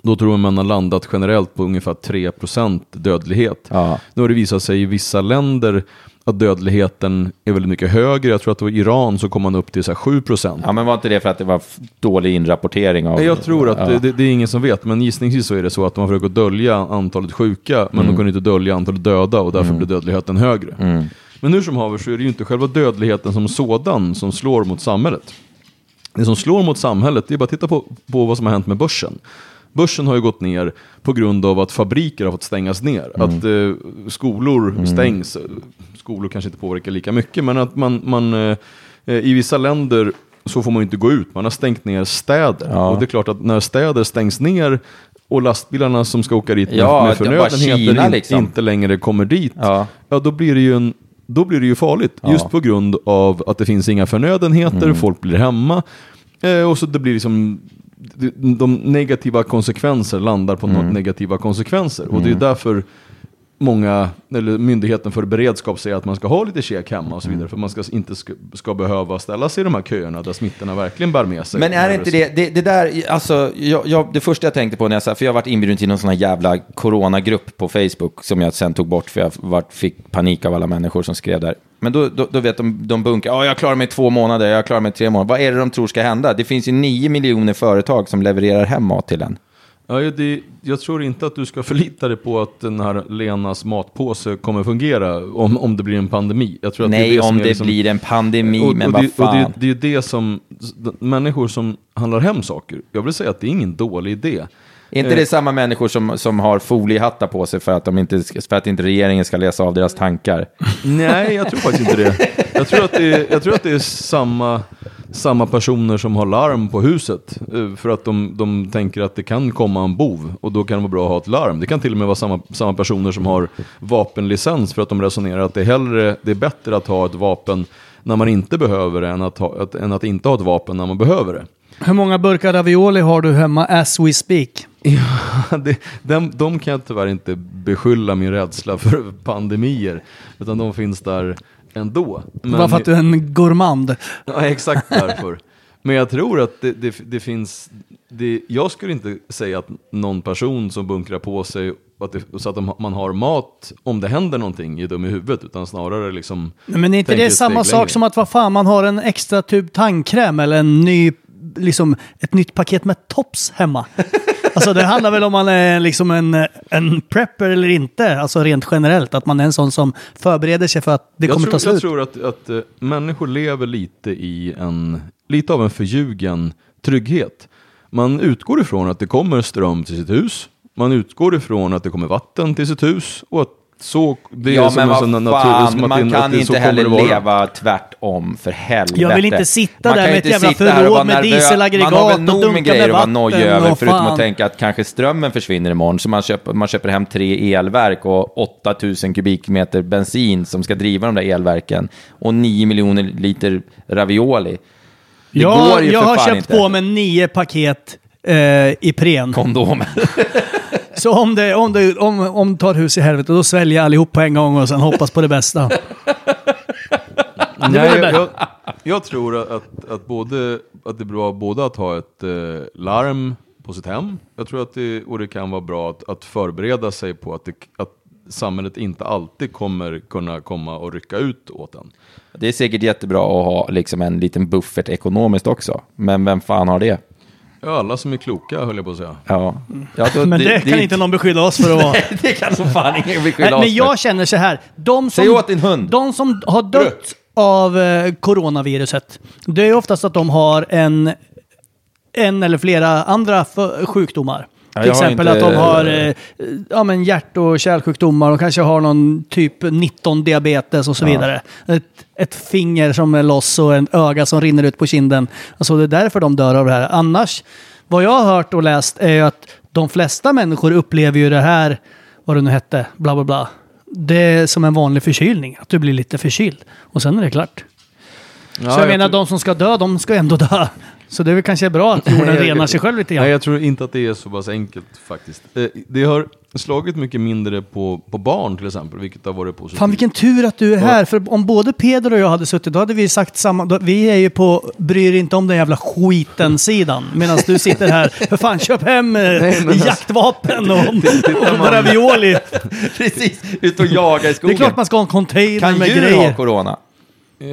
[SPEAKER 3] då tror jag man har landat generellt på ungefär 3% dödlighet.
[SPEAKER 2] Ja.
[SPEAKER 3] Nu har det visat sig i vissa länder att dödligheten är väldigt mycket högre. Jag tror att det var i Iran så kom man upp till så här 7%.
[SPEAKER 2] Ja, men var inte det för att det var f- dålig inrapportering av...
[SPEAKER 3] Nej, jag tror att
[SPEAKER 2] Ja.
[SPEAKER 3] det, det, det är ingen som vet, men gissningsvis så är det så att de har försökt att dölja antalet sjuka, men
[SPEAKER 2] Mm.
[SPEAKER 3] de kunde inte dölja antalet döda och därför blev dödligheten högre. Men hur som haver så är det ju inte själva dödligheten som sådan som slår mot samhället. Det som slår mot samhället, det är bara att titta på, på vad som har hänt med börsen. Börsen har ju gått ner på grund av att fabriker har fått stängas ner.
[SPEAKER 2] Mm.
[SPEAKER 3] Att eh, skolor stängs. Skolor kanske inte påverkar lika mycket, men att man, man eh, eh, i vissa länder så får man ju inte gå ut. Man har stängt ner städer. Och det är klart att när städer stängs ner och lastbilarna som ska åka dit med,
[SPEAKER 2] Ja,
[SPEAKER 3] med
[SPEAKER 2] det är bara
[SPEAKER 3] förnödenheter
[SPEAKER 2] Kina
[SPEAKER 3] in,
[SPEAKER 2] liksom.
[SPEAKER 3] inte längre kommer dit,
[SPEAKER 2] Ja.
[SPEAKER 3] ja, då blir det ju en då blir det ju farligt, just på grund av att det finns inga förnödenheter,
[SPEAKER 2] Mm.
[SPEAKER 3] folk blir hemma eh, och så det blir liksom de- de negativa konsekvenser landar på
[SPEAKER 2] Mm.
[SPEAKER 3] no- negativa konsekvenser och det är därför många, eller myndigheten för beredskap säger att man ska ha lite käk hemma och
[SPEAKER 2] Mm.
[SPEAKER 3] så vidare för man ska inte ska, ska behöva ställa sig i de här köerna där smittorna verkligen bär med sig.
[SPEAKER 2] Men är det inte det, det, det där, alltså, jag, jag, det första jag tänkte på när jag sa, för jag har varit inbjuden till någon sån här jävla coronagrupp på Facebook som jag sen tog bort för jag vart, fick panik av alla människor som skrev där. Men då, då, då vet de, de bunkar, ja jag klarar mig två månader, jag klarar mig tre månader. Vad är det de tror ska hända? Det finns ju nio miljoner företag som levererar hem mat till en.
[SPEAKER 3] Ja, det, jag tror inte att du ska förlita dig på att den här Lenas matpåse kommer fungera om, om det blir en pandemi. Jag tror att det är
[SPEAKER 2] Nej,
[SPEAKER 3] det som
[SPEAKER 2] om
[SPEAKER 3] är
[SPEAKER 2] det
[SPEAKER 3] liksom-
[SPEAKER 2] blir en pandemi,
[SPEAKER 3] och,
[SPEAKER 2] men
[SPEAKER 3] och
[SPEAKER 2] vad
[SPEAKER 3] det, och
[SPEAKER 2] fan.
[SPEAKER 3] det, det är ju det som, människor som handlar hem saker, jag vill säga att det är ingen dålig idé.
[SPEAKER 2] Är
[SPEAKER 3] Eh.
[SPEAKER 2] inte det samma människor som, som har foliehattar på sig för att, de inte, ska- för att inte regeringen ska läsa av deras tankar?
[SPEAKER 3] Nej, jag tror faktiskt inte det. Jag tror att det är, jag tror att det är samma, samma personer som har larm på huset. eh, För att de, de tänker att det kan komma en bov och då kan det vara bra att ha ett larm. Det kan till och med vara samma, samma personer som har vapenlicens för att de resonerar att det är, hellre, det är bättre att ha ett vapen när man inte behöver det än att, ha, att, än att inte ha ett vapen när man behöver det.
[SPEAKER 4] Hur många burkar ravioli har du hemma as we speak?
[SPEAKER 3] Ja, det, dem, de kan jag tyvärr inte beskylla min rädsla för pandemier. Utan de finns där ändå. Men-
[SPEAKER 4] Bara för att du är en gourmand.
[SPEAKER 3] Ja, exakt därför. Men jag tror att det, det, det finns... Det, jag skulle inte säga att någon person som bunkrar på sig att det, så att de, man har mat om det händer någonting är dum i huvudet, utan snarare liksom...
[SPEAKER 4] Nej, Men är inte
[SPEAKER 3] tänker
[SPEAKER 4] det
[SPEAKER 3] ett
[SPEAKER 4] samma
[SPEAKER 3] steg längre.
[SPEAKER 4] sak som att vad fan, man har en extra tub tandkräm eller en ny, liksom, ett nytt paket med tops hemma? Alltså det handlar väl om man är liksom en, en prepper eller inte, alltså rent generellt. Att man är en sån som förbereder sig för att det
[SPEAKER 3] jag
[SPEAKER 4] kommer
[SPEAKER 3] tror,
[SPEAKER 4] ta
[SPEAKER 3] Jag
[SPEAKER 4] slut.
[SPEAKER 3] tror att, att eh, människor lever lite i en, lite av en förljugen trygghet. Man utgår ifrån att det kommer ström till sitt hus. Man utgår ifrån att det kommer vatten till sitt hus. Och att så, det är
[SPEAKER 2] Ja,
[SPEAKER 3] som
[SPEAKER 2] men
[SPEAKER 3] en
[SPEAKER 2] vad
[SPEAKER 3] sån
[SPEAKER 2] fan,
[SPEAKER 3] natur, som att det-
[SPEAKER 2] man
[SPEAKER 3] att
[SPEAKER 2] kan
[SPEAKER 3] det, så
[SPEAKER 2] inte
[SPEAKER 3] kommer det
[SPEAKER 2] heller
[SPEAKER 3] vara.
[SPEAKER 2] leva tvärtom, för helvete.
[SPEAKER 4] Jag vill inte sitta
[SPEAKER 2] Man
[SPEAKER 4] där
[SPEAKER 2] kan
[SPEAKER 4] med
[SPEAKER 2] inte
[SPEAKER 4] ett jävla
[SPEAKER 2] sitta här och
[SPEAKER 4] förråd
[SPEAKER 2] vara
[SPEAKER 4] med
[SPEAKER 2] nervös.
[SPEAKER 4] dieselaggregat
[SPEAKER 2] Man har väl
[SPEAKER 4] och
[SPEAKER 2] nog
[SPEAKER 4] dunkar
[SPEAKER 2] med grejer
[SPEAKER 4] med
[SPEAKER 2] att vara nojig
[SPEAKER 4] vatten
[SPEAKER 2] över,
[SPEAKER 4] och
[SPEAKER 2] förutom
[SPEAKER 4] fan.
[SPEAKER 2] att tänka att kanske strömmen försvinner imorgon, så man köper, man köper hem tre elverk och 8000 kubikmeter bensin som ska driva de där elverken och 9 miljoner liter ravioli. Det
[SPEAKER 4] jag
[SPEAKER 2] går ju
[SPEAKER 4] jag
[SPEAKER 2] för
[SPEAKER 4] har
[SPEAKER 2] fan
[SPEAKER 4] köpt
[SPEAKER 2] inte.
[SPEAKER 4] på mig nio paket eh, Ipren.
[SPEAKER 2] Kondomer.
[SPEAKER 4] Så om det, om det om, om tar hus i helvete, då sväljer jag allihop på en gång och sen hoppas på det bästa.
[SPEAKER 3] Nej, jag,
[SPEAKER 4] väl-
[SPEAKER 3] jag, jag tror att, att, både, att det är bra både att ha ett eh, larm på sitt hem, jag tror att det, och det kan vara bra att, att förbereda sig på att, det, att samhället inte alltid kommer kunna komma och rycka ut åt en.
[SPEAKER 2] Det är säkert jättebra att ha liksom en liten buffert ekonomiskt också, men vem fan har det?
[SPEAKER 3] Ja, alla som är kloka höll jag på att säga.
[SPEAKER 2] Ja. Ja, då-
[SPEAKER 4] Men det, kan inte någon beskylla oss för att vara.
[SPEAKER 2] Det kan så fan ingen beskylla
[SPEAKER 4] Nej,
[SPEAKER 2] oss
[SPEAKER 4] men jag
[SPEAKER 2] för.
[SPEAKER 4] känner så här. De som,
[SPEAKER 2] Säg åt din hund.
[SPEAKER 4] De som har dött av eh, coronaviruset, det är oftast att de har en, en eller flera andra f- sjukdomar.
[SPEAKER 2] Ja,
[SPEAKER 4] Till
[SPEAKER 2] jag har
[SPEAKER 4] exempel
[SPEAKER 2] inte-
[SPEAKER 4] att de har eh, ja, men hjärt och kärlsjukdomar och kanske har någon typ 19 diabetes och så vidare. Ett, ett finger som är loss och en öga som rinner ut på kinden. Alltså det är därför de dör av det här. Annars, vad jag har hört och läst är ju att de flesta människor upplever ju det här, vad det nu hette, bla bla bla. Det är som en vanlig förkylning, att du blir lite förkyld. Och sen är det klart. så jag menar, de som ska dö, de ska ändå dö. Så det är väl kanske bra att jorden renar sig själv lite grann.
[SPEAKER 3] Nej, jag tror inte att det är så pass enkelt faktiskt. Eh, det har slagit mycket mindre på, på barn till exempel, vilket har varit positivt.
[SPEAKER 4] Fan vilken tur att du är här, för om både Peder och jag hade suttit då hade vi sagt samma. Då, vi är ju på bryr inte om den jävla skiten-sidan. Medan du sitter här, för fan köp hem eh,
[SPEAKER 3] alltså,
[SPEAKER 4] jaktvapen och, och ravioli.
[SPEAKER 2] Precis, ut och jaga i
[SPEAKER 4] Det är
[SPEAKER 2] skogen.
[SPEAKER 4] klart man ska ha en container
[SPEAKER 2] kan
[SPEAKER 4] med
[SPEAKER 2] djur
[SPEAKER 4] grejer.
[SPEAKER 2] ha corona?
[SPEAKER 3] Eh,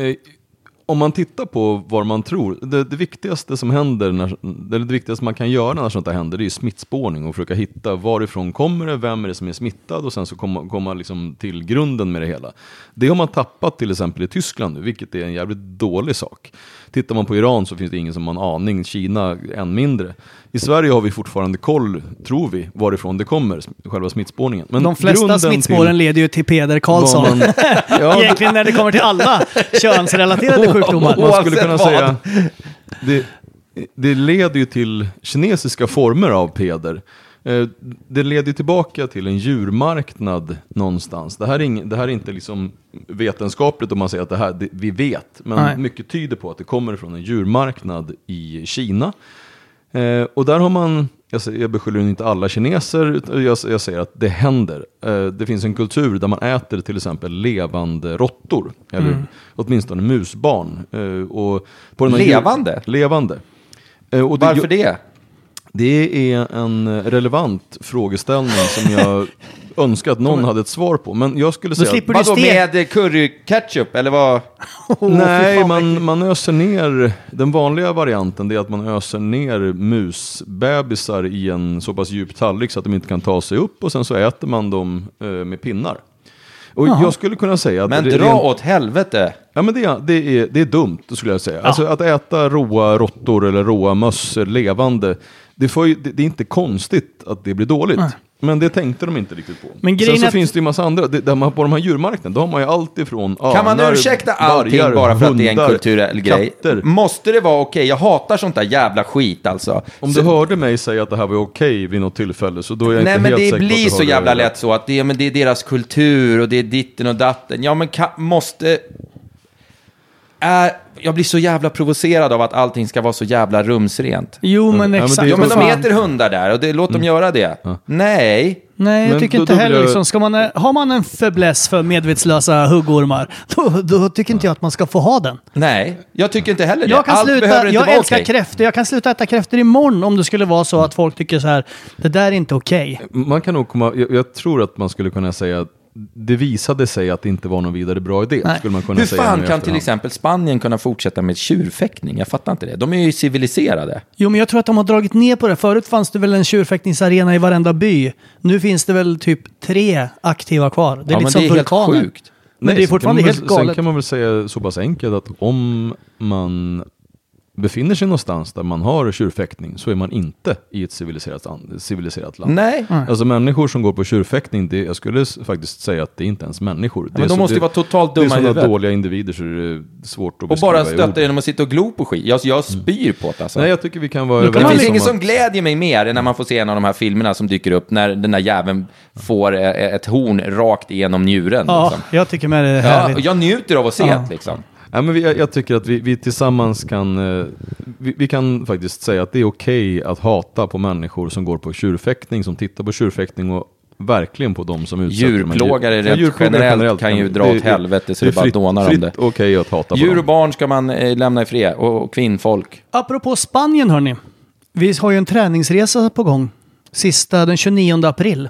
[SPEAKER 3] Om man tittar på vad man tror, det, det viktigaste som händer, när, eller det viktigaste man kan göra när sånt här händer, det är ju smittspårning och försöka hitta varifrån kommer det, vem är det som är smittad och sen så komma, komma liksom till grunden med det hela. Det har man tappat till exempel i Tyskland nu, vilket är en jävligt dålig sak. Tittar man på Iran så finns det ingen som har en aning, Kina än mindre. I Sverige har vi fortfarande koll, tror vi, varifrån det kommer, själva smittspårningen. Men
[SPEAKER 4] De flesta
[SPEAKER 3] grunden till
[SPEAKER 4] smittspåren alltså- leder ju till Peder Karlsson.
[SPEAKER 3] vad man- Ja,
[SPEAKER 4] Egentligen när det kommer till alla könsrelaterade sjukdomar.
[SPEAKER 3] Man skulle kunna
[SPEAKER 2] Oavsett
[SPEAKER 3] säga, det, det leder ju till kinesiska former av peder. Eh, Det leder ju tillbaka till en djurmarknad någonstans. Det här är, ing, det här är inte liksom vetenskapligt om man säger att det här, det, vi vet, men
[SPEAKER 4] Nej.
[SPEAKER 3] mycket tyder på att det kommer från en djurmarknad i Kina. Eh, och där har man, jag, sä- jag beskyller inte alla kineser, utan jag, jag säger att det händer. Eh, det finns en kultur där man äter till exempel levande råttor, eller åtminstone musbarn. Eh, och på den här djur-
[SPEAKER 2] Levande?
[SPEAKER 3] Levande. Eh, och
[SPEAKER 2] Varför det?
[SPEAKER 3] Det är en relevant frågeställning som jag önskar att någon hade ett svar på. Men jag skulle säga...
[SPEAKER 4] slipper
[SPEAKER 3] att-
[SPEAKER 4] du
[SPEAKER 2] Vadå,
[SPEAKER 4] stek-
[SPEAKER 2] med curry-ketchup eller vad?
[SPEAKER 4] fy
[SPEAKER 3] Nej,
[SPEAKER 4] fan, vad
[SPEAKER 3] man, man öser ner... Den vanliga varianten det är att man öser ner musbebisar i en så pass djup tallrik så att de inte kan ta sig upp och sen så äter man dem eh, med pinnar. Och jag skulle kunna säga att...
[SPEAKER 2] Men
[SPEAKER 3] det-
[SPEAKER 2] dra
[SPEAKER 3] det är en-
[SPEAKER 2] åt helvete.
[SPEAKER 3] Ja, men det, är- det, är, det är dumt, skulle jag säga. Alltså att äta råa råttor eller råa möss levande, det, får ju, det, det är inte konstigt att det blir dåligt. Men det tänkte de inte riktigt på.
[SPEAKER 4] Men grejen
[SPEAKER 3] Sen så
[SPEAKER 4] att-
[SPEAKER 3] finns det ju massa andra, det, där man, på de här djurmarknaderna, då har man ju allt ifrån
[SPEAKER 2] Kan man
[SPEAKER 3] örnar,
[SPEAKER 2] ursäkta allting
[SPEAKER 3] vargar,
[SPEAKER 2] bara för att det är en
[SPEAKER 3] hundar,
[SPEAKER 2] kulturell grej? Mm.
[SPEAKER 3] Katter.
[SPEAKER 2] Måste det vara okej? Jag hatar sånt där jävla skit alltså.
[SPEAKER 3] Om
[SPEAKER 2] Så-
[SPEAKER 3] du hörde mig säga att det här var okej vid något tillfälle, så då är jag
[SPEAKER 2] Nej
[SPEAKER 3] inte
[SPEAKER 2] men
[SPEAKER 3] helt
[SPEAKER 2] det
[SPEAKER 3] säker på att
[SPEAKER 2] blir
[SPEAKER 3] du
[SPEAKER 2] så
[SPEAKER 3] hörde
[SPEAKER 2] jävla
[SPEAKER 3] det.
[SPEAKER 2] lätt så att det, är- men det är deras kultur och det är ditten och datten. Ja men kan, måste... Är, jag blir så jävla provocerad av att allting ska vara så jävla rumsrent.
[SPEAKER 4] Jo,
[SPEAKER 3] Ja,
[SPEAKER 4] men
[SPEAKER 3] men det är
[SPEAKER 4] exakt.
[SPEAKER 3] ju
[SPEAKER 2] Ja men de
[SPEAKER 4] Fan. Mm.
[SPEAKER 2] heter hundar där och det, låt dem göra det. Nej.
[SPEAKER 4] Nej, jag
[SPEAKER 3] Men
[SPEAKER 4] tycker
[SPEAKER 3] då-
[SPEAKER 4] inte
[SPEAKER 3] då vill
[SPEAKER 4] heller
[SPEAKER 3] jag-
[SPEAKER 4] liksom, ska man, Har man en fäbless för medvetslösa huggormar, då, då tycker inte jag att man ska få ha den.
[SPEAKER 2] Nej, jag tycker inte heller det.
[SPEAKER 4] Jag, kan
[SPEAKER 2] Allt behöver
[SPEAKER 4] sluta,
[SPEAKER 2] inte
[SPEAKER 4] jag
[SPEAKER 2] vara
[SPEAKER 4] älskar
[SPEAKER 2] okej.
[SPEAKER 4] kräftor. Jag kan sluta äta kräftor imorgon om det skulle vara så att folk tycker så här, det där är inte okej.
[SPEAKER 3] Man kan nog komma, jag, jag tror att man skulle kunna säga att det visade sig att det inte var någon vidare bra idé.
[SPEAKER 4] Nej.
[SPEAKER 3] Skulle man kunna
[SPEAKER 2] Hur
[SPEAKER 3] säga nu i
[SPEAKER 2] fan kan
[SPEAKER 3] efterhand.
[SPEAKER 2] till exempel Spanien kunna fortsätta med tjurfäktning? Jag fattar inte det. De är ju civiliserade.
[SPEAKER 4] Jo, men jag tror att de har dragit ner på det. Förut fanns det väl en tjurfäktningsarena i varenda by. Nu finns det väl typ tre aktiva kvar. Det är
[SPEAKER 2] Ja, men
[SPEAKER 4] lite som
[SPEAKER 2] det är helt
[SPEAKER 4] liksom vulkaner.
[SPEAKER 2] sjukt.
[SPEAKER 4] Men det är
[SPEAKER 3] sen kan
[SPEAKER 4] fortfarande
[SPEAKER 3] man väl-
[SPEAKER 4] helt
[SPEAKER 3] Sen
[SPEAKER 4] galet.
[SPEAKER 3] kan man väl säga så pass enkelt att om man befinner sig någonstans där man har tjurfäktning så är man inte i ett civiliserat, an- civiliserat land.
[SPEAKER 4] Mm.
[SPEAKER 2] Nej.
[SPEAKER 3] Alltså människor som går på tjurfäktning, det, jag skulle s- faktiskt säga att det är inte ens människor. Det
[SPEAKER 2] men
[SPEAKER 3] är
[SPEAKER 2] de
[SPEAKER 3] så-
[SPEAKER 2] måste ju
[SPEAKER 3] det-
[SPEAKER 2] vara totalt
[SPEAKER 3] Det
[SPEAKER 2] dumma i
[SPEAKER 3] är sådana
[SPEAKER 2] huvudet.
[SPEAKER 3] dåliga individer så det är svårt att
[SPEAKER 2] Och bara
[SPEAKER 3] beskriva i ord.
[SPEAKER 2] stötta genom att sitta och glo på skit. Jag,
[SPEAKER 4] Mm.
[SPEAKER 2] jag spyr på det alltså.
[SPEAKER 3] Nej, jag tycker vi kan vara
[SPEAKER 2] det finns
[SPEAKER 3] överens om
[SPEAKER 2] inget
[SPEAKER 3] att...
[SPEAKER 2] som glädjer mig mer än när man får se en av de här filmerna som dyker upp när den där jäveln får eh, ett horn rakt igenom njuren.
[SPEAKER 4] Ja,
[SPEAKER 2] liksom.
[SPEAKER 4] jag tycker med det är
[SPEAKER 2] ja,
[SPEAKER 4] härligt.
[SPEAKER 2] och jag njuter av att se det liksom.
[SPEAKER 3] Ja, men vi, jag, jag tycker att vi, vi tillsammans kan, eh, vi, vi kan faktiskt säga att det är okej att hata på människor som går på tjurfäktning, som tittar på tjurfäktning och verkligen på de som utsätter de här
[SPEAKER 2] Djurplågare
[SPEAKER 3] djuren.
[SPEAKER 2] rent generellt kan ju dra åt helvete så det bara
[SPEAKER 3] fritt,
[SPEAKER 2] dånar om
[SPEAKER 3] fritt
[SPEAKER 2] det.
[SPEAKER 3] okej att hata på
[SPEAKER 2] Djur och
[SPEAKER 3] dem.
[SPEAKER 2] barn ska man eh, lämna i fred och, och kvinnfolk.
[SPEAKER 4] Apropå Spanien hörni. Vi har ju en träningsresa på gång. Sista den 29 april.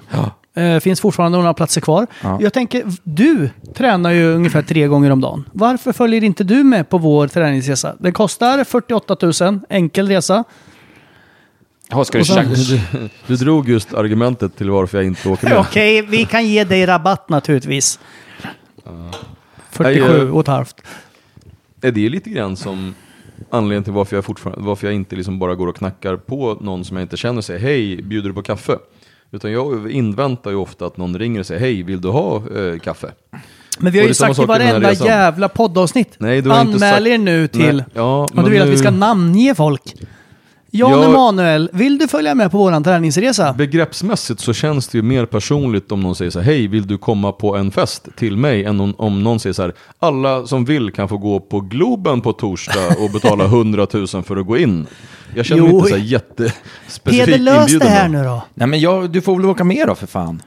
[SPEAKER 4] Eh, finns fortfarande några platser kvar. Jag tänker, du tränar ju ungefär tre gånger om dagen. Varför följer inte du med på vår träningsresa? Den kostar 48 000, enkel resa.
[SPEAKER 2] Ja, ska du
[SPEAKER 4] sen-
[SPEAKER 2] tjack-
[SPEAKER 3] Du drog just argumentet till varför jag inte åker med.
[SPEAKER 4] Okej, vi kan ge dig rabatt naturligtvis. 47 och ett halvt.
[SPEAKER 3] Nej, Det är lite grann som anledningen till varför jag, fortfarande, varför jag inte liksom bara går och knackar på någon som jag inte känner och säger hej, bjuder du på kaffe? Utan jag inväntar ju ofta att någon ringer och säger hej, vill du ha eh, kaffe?
[SPEAKER 4] Men vi
[SPEAKER 3] Och
[SPEAKER 4] har ju
[SPEAKER 3] det är samma
[SPEAKER 4] sagt i
[SPEAKER 3] sak med den här
[SPEAKER 4] varenda
[SPEAKER 3] resan.
[SPEAKER 4] jävla poddavsnitt.
[SPEAKER 3] Nej, du har inte
[SPEAKER 4] Anmäl
[SPEAKER 3] sagt-
[SPEAKER 4] er nu till...
[SPEAKER 3] Nej, ja,
[SPEAKER 4] och du
[SPEAKER 3] men
[SPEAKER 4] vill att vi
[SPEAKER 3] nu-
[SPEAKER 4] ska namnge folk. Jan
[SPEAKER 3] Jag-
[SPEAKER 4] Emanuel, vill du följa med på våran träningsresa?
[SPEAKER 3] Begreppsmässigt så känns det ju mer personligt om någon säger så här, hej, vill du komma på en fest till mig? Än om, om någon säger så här, alla som vill kan få gå på Globen på torsdag och betala 100 000 för att gå in. Jag känner mig
[SPEAKER 4] Jo.
[SPEAKER 3] inte så här jättespecifikt
[SPEAKER 4] Peder,
[SPEAKER 3] inbjuden.
[SPEAKER 4] lös det här
[SPEAKER 3] då.
[SPEAKER 4] nu då.
[SPEAKER 2] Nej men jag, du får väl åka med då för fan.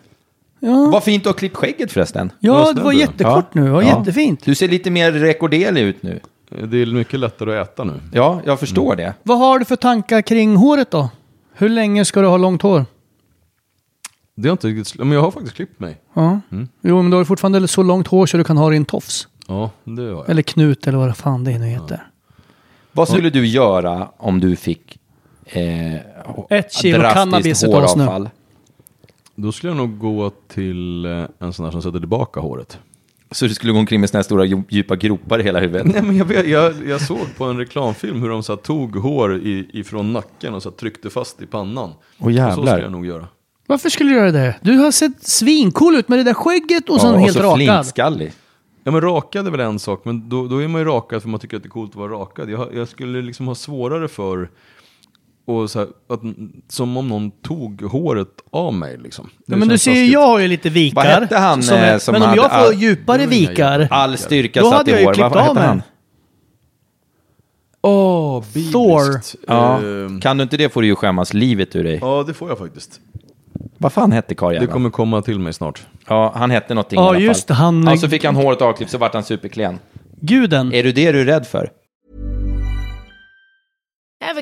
[SPEAKER 4] Ja,
[SPEAKER 2] Vad fint du har klippt skägget förresten.
[SPEAKER 4] ja
[SPEAKER 3] Lös
[SPEAKER 4] det
[SPEAKER 3] det
[SPEAKER 4] var
[SPEAKER 3] du.
[SPEAKER 4] jättekort nu. Ja,
[SPEAKER 2] Ja.
[SPEAKER 4] Jättefint.
[SPEAKER 2] Du ser lite mer rekorderlig ut nu.
[SPEAKER 3] Eh, Det är mycket lättare att äta nu.
[SPEAKER 2] Ja, jag förstår det.
[SPEAKER 4] Vad har du för tankar kring håret då? Hur länge ska du ha långt hår?
[SPEAKER 3] Det har inte riktigt, sl- men jag har faktiskt klippt mig.
[SPEAKER 4] Ja.
[SPEAKER 2] Mm.
[SPEAKER 4] Jo, men du har fortfarande så långt hår så du kan ha din tofs.
[SPEAKER 3] Ja, det har jag.
[SPEAKER 4] Eller knut eller vad fan det nu heter.
[SPEAKER 2] Vad skulle du göra om du fick eh,
[SPEAKER 4] Ett kilo
[SPEAKER 2] drastiskt
[SPEAKER 4] cannabis utav oss nu.
[SPEAKER 2] håravfall?
[SPEAKER 3] Då skulle jag nog gå till eh, en sån här som sätter tillbaka håret.
[SPEAKER 2] Så du skulle gå omkring med såna här stora dju- djupa gropar i hela huvudet?
[SPEAKER 3] Nej, men jag, vet, jag, jag såg på en reklamfilm hur de så här, tog hår i, ifrån nacken och så här, tryckte fast i pannan. Och
[SPEAKER 2] jävlar.
[SPEAKER 3] Så skulle jag nog göra.
[SPEAKER 4] Varför skulle du göra det? Du har sett svincool ut med det där skägget och sen
[SPEAKER 2] och
[SPEAKER 4] helt
[SPEAKER 2] så
[SPEAKER 4] rakad.
[SPEAKER 2] flintskallig.
[SPEAKER 3] Ja men rakad är väl en sak, men då, då är man ju rakad för man tycker att det är coolt att vara rakad. Jag, har- jag skulle liksom ha svårare för och så här, att, som om någon tog håret av mig liksom. Det
[SPEAKER 4] Ja, men du
[SPEAKER 3] känns
[SPEAKER 4] ser ju,
[SPEAKER 3] taskigt.
[SPEAKER 4] jag har ju lite vikar.
[SPEAKER 2] Vad hette han,
[SPEAKER 4] som
[SPEAKER 2] eh, som
[SPEAKER 4] men om
[SPEAKER 2] hade
[SPEAKER 4] jag får
[SPEAKER 2] all-
[SPEAKER 4] djupare vikar,
[SPEAKER 2] All styrka
[SPEAKER 4] då
[SPEAKER 2] satt
[SPEAKER 4] hade
[SPEAKER 2] i
[SPEAKER 4] jag ju
[SPEAKER 2] hår. Vad
[SPEAKER 4] klippt
[SPEAKER 2] vad
[SPEAKER 4] av
[SPEAKER 2] hette han?
[SPEAKER 4] mig.
[SPEAKER 3] Åh,
[SPEAKER 4] Thor.
[SPEAKER 3] bibliskt.
[SPEAKER 2] Ja.
[SPEAKER 3] Ehm,
[SPEAKER 2] Kan du inte det får du ju skämmas livet ur dig.
[SPEAKER 3] ja, det får jag faktiskt.
[SPEAKER 2] Vad fan hette
[SPEAKER 3] Det
[SPEAKER 2] karljäveln?
[SPEAKER 3] kommer komma till mig snart.
[SPEAKER 2] Ja, han hette någonting
[SPEAKER 4] Ja,
[SPEAKER 2] i alla fall.
[SPEAKER 4] just det, han-
[SPEAKER 2] Ja, så fick han håret avklippt så vart han superklen.
[SPEAKER 4] Guden.
[SPEAKER 2] Är du det du är rädd för?
[SPEAKER 5] Ever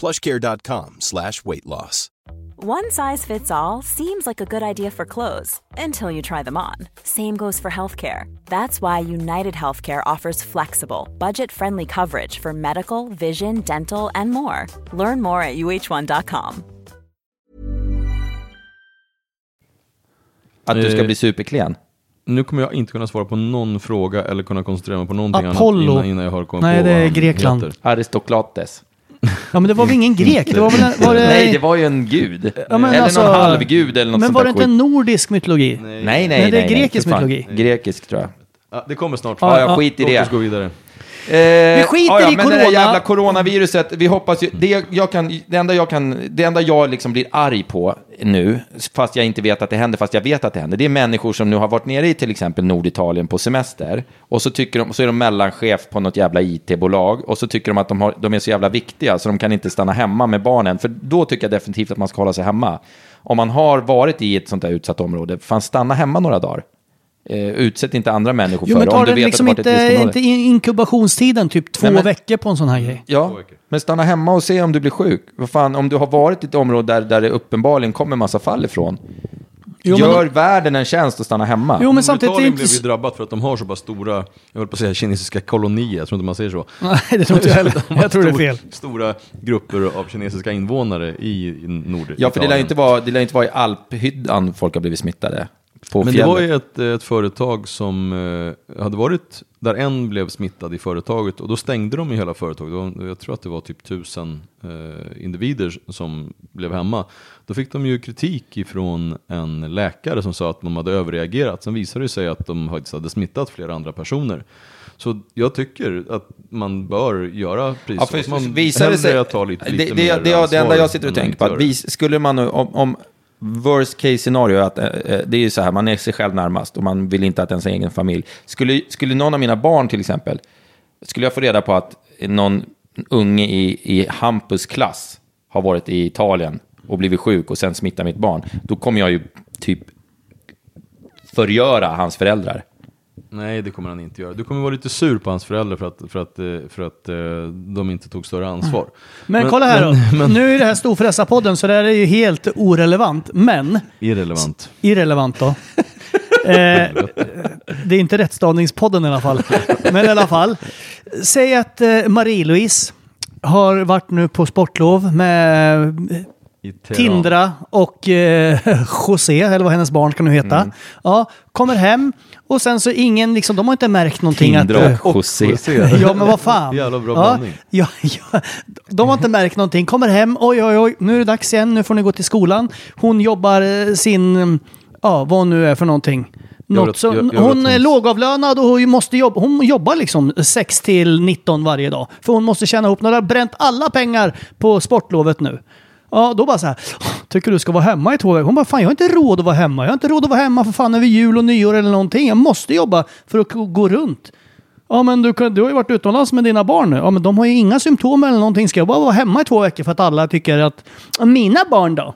[SPEAKER 6] plushcare.com slash weight loss.
[SPEAKER 7] One size fits all seems like a good idea for clothes until you try them on. Same goes for healthcare. That's why United Healthcare offers flexible, budget friendly coverage for medical, vision, dental, and more. Learn more at uh1.com.
[SPEAKER 2] Att du ska
[SPEAKER 3] Eh.
[SPEAKER 2] bli superklen?
[SPEAKER 3] Nu kommer jag inte kunna svara på någon fråga eller kunna koncentrera mig på någonting
[SPEAKER 4] Apollo.
[SPEAKER 3] annat innan, innan jag hör kom
[SPEAKER 4] Nej,
[SPEAKER 3] på
[SPEAKER 4] det
[SPEAKER 3] vad
[SPEAKER 4] är
[SPEAKER 3] han
[SPEAKER 4] Grekland.
[SPEAKER 3] heter.
[SPEAKER 2] Aristoklates?
[SPEAKER 4] Ja, men det var väl ingen grek? Det var väl en, var det,
[SPEAKER 2] Nej, det var ju en gud.
[SPEAKER 4] Eh. Ja, men
[SPEAKER 2] eller
[SPEAKER 4] alltså-
[SPEAKER 2] någon halvgud eller något
[SPEAKER 4] men
[SPEAKER 2] sånt
[SPEAKER 4] var
[SPEAKER 2] där
[SPEAKER 4] det inte en
[SPEAKER 2] skit.
[SPEAKER 4] nordisk mytologi?
[SPEAKER 2] Nej, nej, nej.
[SPEAKER 4] Men det är
[SPEAKER 2] nej,
[SPEAKER 4] grekisk
[SPEAKER 2] för fan.
[SPEAKER 4] mytologi.
[SPEAKER 2] Grekisk tror jag.
[SPEAKER 3] Ja, det kommer snart.
[SPEAKER 2] Ja, ja, skit i
[SPEAKER 3] Låt
[SPEAKER 2] det.
[SPEAKER 3] oss gå vidare.
[SPEAKER 2] vi
[SPEAKER 4] skiter i
[SPEAKER 2] Eh, men Det där
[SPEAKER 4] corona.
[SPEAKER 2] jävla coronaviruset, vi hoppas ju, det, jag kan, det, enda jag kan, det enda jag liksom blir arg på nu, fast jag inte vet att det händer, fast jag vet att det händer, det är människor som nu har varit nere i till exempel Norditalien på semester, och så, tycker de, så är de mellanchef på något jävla it-bolag, och så tycker de att de, har, de är så jävla viktiga så de kan inte stanna hemma med barnen, för då tycker jag definitivt att man ska hålla sig hemma. Om man har varit i ett sånt där utsatt område, fan stanna hemma några dagar. Eh, utsätt inte andra människor
[SPEAKER 4] Jo,
[SPEAKER 2] för
[SPEAKER 4] men
[SPEAKER 2] det. Om
[SPEAKER 4] tar
[SPEAKER 2] du
[SPEAKER 4] det
[SPEAKER 2] vet
[SPEAKER 4] liksom
[SPEAKER 2] att det varit ett
[SPEAKER 4] inte,
[SPEAKER 2] riskområde.
[SPEAKER 4] inte in- inkubationstiden, typ två
[SPEAKER 2] Nej, men-
[SPEAKER 4] veckor på en sån här grej?
[SPEAKER 2] Ja, men stanna hemma och se om du blir sjuk. Vad fan, om du har varit i ett område där, där det uppenbarligen kommer massa fall ifrån.
[SPEAKER 4] Jo, men-
[SPEAKER 2] gör världen en tjänst och stanna hemma.
[SPEAKER 4] Jo, men samtidigt... är det
[SPEAKER 3] Italien
[SPEAKER 4] inte
[SPEAKER 3] blev ju
[SPEAKER 4] så-
[SPEAKER 3] drabbat för att de har så pass stora, jag höll på att säga kinesiska kolonier, jag tror inte man säger så.
[SPEAKER 4] Nej, det tror inte jag heller.
[SPEAKER 3] De har
[SPEAKER 4] Jag tror det är
[SPEAKER 3] stor-
[SPEAKER 4] fel.
[SPEAKER 3] Stora grupper av kinesiska invånare i i Norditalien.
[SPEAKER 2] ja, för det lär ju inte vara, det lär ju inte vara i alphyddan folk har blivit smittade. På
[SPEAKER 3] Men det
[SPEAKER 2] fjället.
[SPEAKER 3] var ju ett, ett företag som eh, hade varit, där en blev smittad i företaget och då stängde de ju hela företaget. Det var- Jag tror att det var typ tusen eh, individer som blev hemma. Då fick de ju kritik ifrån en läkare som sa att de hade överreagerat. Sen visade det sig att de faktiskt hade smittat flera andra personer. Så jag tycker att man bör göra precis
[SPEAKER 2] Ja,
[SPEAKER 3] så. Att
[SPEAKER 2] för
[SPEAKER 3] man
[SPEAKER 2] visar det sig...
[SPEAKER 3] hellre tar lite, lite
[SPEAKER 2] det,
[SPEAKER 3] mer
[SPEAKER 2] det, det, det, det
[SPEAKER 3] ansvar
[SPEAKER 2] enda jag sitter och
[SPEAKER 3] än att
[SPEAKER 2] tänker på,
[SPEAKER 3] inte
[SPEAKER 2] att
[SPEAKER 3] göra det.
[SPEAKER 2] vis, skulle man nu- om, om worst case scenario, är att, eh, eh, det är ju så här, man är sig själv närmast och man vill inte att ens egen familj... Skulle, skulle någon av mina barn till exempel, skulle jag få reda på att någon unge i, i Hampus klass har varit i Italien och blivit sjuk och sen smittar mitt barn, då kommer jag ju typ förgöra hans föräldrar.
[SPEAKER 3] Nej, det kommer han inte göra. Du kommer vara lite sur på hans föräldrar för att, för att, eh, för att eh, de inte tog större ansvar.
[SPEAKER 4] Mm. Men, kolla här då. Nu är det här Storfräsarpodden, så det här är ju helt orelevant. Men,
[SPEAKER 3] Irrelevant.
[SPEAKER 4] irrelevant då. eh, det är inte Rättstavningspodden i alla fall. Men i alla fall. Säg att eh, Marie-Louise har varit nu på sportlov med eh,
[SPEAKER 3] I Teheran.
[SPEAKER 4] Tindra och eh, José, eller vad hennes barn ska nu heta.
[SPEAKER 3] Mm.
[SPEAKER 4] Ja, kommer hem och sen så ingen, liksom, de har inte märkt någonting.
[SPEAKER 2] Tindra
[SPEAKER 4] att, eh,
[SPEAKER 2] och José.
[SPEAKER 4] Ja men vad fan.
[SPEAKER 3] Jävla bra
[SPEAKER 4] ja,
[SPEAKER 3] blandning.
[SPEAKER 4] ja, ja, De har inte märkt någonting. Kommer hem, oj oj oj, nu är det dags igen, nu får ni gå till skolan. Hon jobbar eh, sin, mm, ja vad hon nu är för någonting. Något
[SPEAKER 3] Euro-
[SPEAKER 4] som,
[SPEAKER 3] Euro-
[SPEAKER 4] hon är
[SPEAKER 3] Eurotunes.
[SPEAKER 4] lågavlönad och hon, måste jobba, hon jobbar liksom 6 till 19 varje dag. För hon måste tjäna ihop, hon har bränt alla pengar på sportlovet nu. Ja, då bara så här. Tycker du ska vara hemma i två veckor? Hon bara, fan jag har inte råd att vara hemma. Jag har inte råd att vara hemma för fan över jul och nyår eller någonting. Jag måste jobba för att k- gå runt. Ja men du, kan- du har ju varit utomlands med dina barn nu. Ja men de har ju inga symptom eller någonting. Ska jag bara vara hemma i två veckor för att alla tycker att... Mina barn då?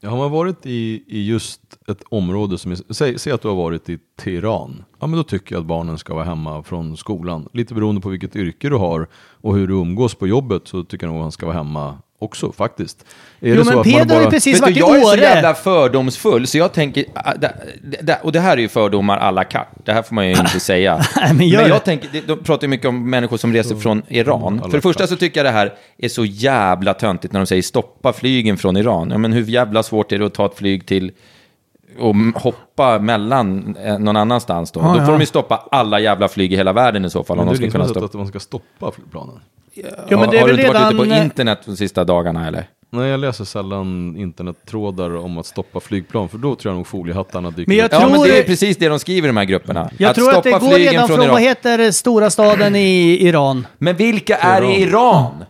[SPEAKER 3] Ja, har man varit i, i just ett område som är, säg, säg att du har varit i Teheran. Ja, men då tycker jag att barnen ska vara hemma från skolan. Lite beroende på vilket yrke du har och hur du umgås på jobbet så tycker jag nog att han ska vara hemma också faktiskt. Är
[SPEAKER 4] Jo, men Peder har ju precis
[SPEAKER 2] Vet
[SPEAKER 4] varit
[SPEAKER 2] du,
[SPEAKER 4] i
[SPEAKER 2] jag är så jävla
[SPEAKER 4] Åre.
[SPEAKER 2] fördomsfull så jag tänker, ah, da- da- och det här är ju fördomar à la carte, det här får man ju inte säga.
[SPEAKER 4] Nej, men gör
[SPEAKER 2] jag
[SPEAKER 4] det.
[SPEAKER 2] tänker, det- de pratar ju mycket om människor som reser från Iran. För det första så tycker jag det här är så jävla töntigt när de säger stoppa flygen från Iran. Ja, men hur jävla svårt är det att ta ett flyg till och m- hoppa mellan eh, någon annanstans då?
[SPEAKER 4] Ja,
[SPEAKER 2] då får
[SPEAKER 4] ja.
[SPEAKER 2] de ju stoppa alla jävla flyg i hela världen i så fall om
[SPEAKER 3] Men
[SPEAKER 2] de
[SPEAKER 3] det är
[SPEAKER 2] ska
[SPEAKER 3] ingen som
[SPEAKER 2] kunna
[SPEAKER 3] har sagt
[SPEAKER 2] stoppa.
[SPEAKER 3] att man ska stoppa flygplanen.
[SPEAKER 4] Jo, men
[SPEAKER 2] har
[SPEAKER 4] det är
[SPEAKER 2] har du
[SPEAKER 4] väl
[SPEAKER 2] inte varit ute på
[SPEAKER 4] redan... eh,
[SPEAKER 2] internet de sista dagarna eller?
[SPEAKER 3] Nej, jag läser sällan internettrådar om att stoppa flygplan, för då tror jag nog foliehattarna dyker
[SPEAKER 4] Men jag
[SPEAKER 3] upp.
[SPEAKER 2] Ja, men
[SPEAKER 4] tror-
[SPEAKER 2] det är precis det de skriver i de här grupperna.
[SPEAKER 4] Jag tror att det
[SPEAKER 2] stoppa
[SPEAKER 4] går
[SPEAKER 2] flygen
[SPEAKER 4] redan från,
[SPEAKER 2] Iran.
[SPEAKER 4] vad heter stora staden i Iran?
[SPEAKER 2] Men vilka är i Iran?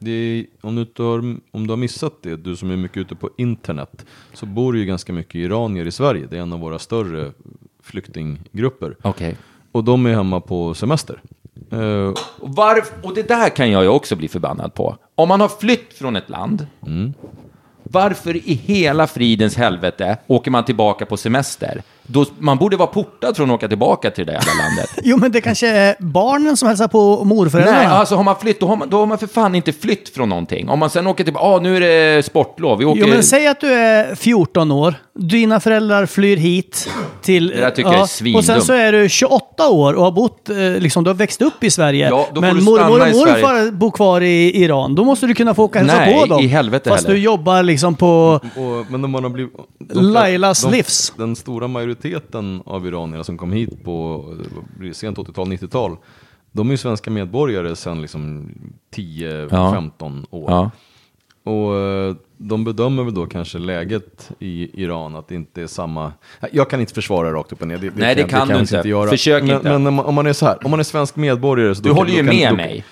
[SPEAKER 3] Det är, om, du inte har, om du har missat det, du som är mycket ute på internet, så bor det ju ganska mycket iranier i Sverige. Det är en av våra större flyktinggrupper.
[SPEAKER 2] Okej.
[SPEAKER 3] Och de är hemma på semester. Eh,
[SPEAKER 2] Och varf- och det där kan jag ju också bli förbannad på. Om man har flytt från ett land, varför i hela fridens helvete åker man tillbaka på semester? Då, man borde vara portad från att åka tillbaka till det där jävla landet.
[SPEAKER 4] Jo, men det kanske är barnen som hälsar på morföräldrarna.
[SPEAKER 2] Nej, alltså har man flytt, då har man, då har man för fan inte flytt från någonting. Om man sen åker tillbaka, ah, nu är det sportlov, vi åker...
[SPEAKER 4] Jo, men säg att du är 14 år. Dina föräldrar flyr hit till...
[SPEAKER 2] Det där tycker jag är svindumt.
[SPEAKER 4] Och sen så är du 28 år och har bott, eh, liksom, du har växt upp i Sverige.
[SPEAKER 2] Ja, då får du
[SPEAKER 4] men
[SPEAKER 2] stanna
[SPEAKER 4] mormor och
[SPEAKER 2] i Sverige.
[SPEAKER 4] morfar bor kvar i Iran. Då måste du kunna få åka och hälsa
[SPEAKER 2] Nej,
[SPEAKER 4] på dem.
[SPEAKER 2] i helvete
[SPEAKER 4] Fast
[SPEAKER 2] heller.
[SPEAKER 4] du jobbar liksom på...
[SPEAKER 3] Och, men om man har blivit... de-
[SPEAKER 4] Lailas livs.
[SPEAKER 3] Den stora majoriteten av iranierna som kom hit på eh, sent 80-tal, 90-tal, de är ju svenska medborgare sedan liksom 10-15 år.
[SPEAKER 2] Ja.
[SPEAKER 3] Och eh, de bedömer väl då kanske läget i Iran att det inte är samma... Jag kan inte försvara rakt upp och ner. Det,
[SPEAKER 2] Nej, det kan du
[SPEAKER 3] jag
[SPEAKER 2] inte.
[SPEAKER 3] inte göra.
[SPEAKER 2] Försök
[SPEAKER 3] men,
[SPEAKER 2] inte.
[SPEAKER 3] Men om man, om man är så här, om man är svensk medborgare... Så
[SPEAKER 2] Du
[SPEAKER 3] då,
[SPEAKER 2] håller ju
[SPEAKER 3] då kan,
[SPEAKER 2] med
[SPEAKER 3] då,
[SPEAKER 2] mig.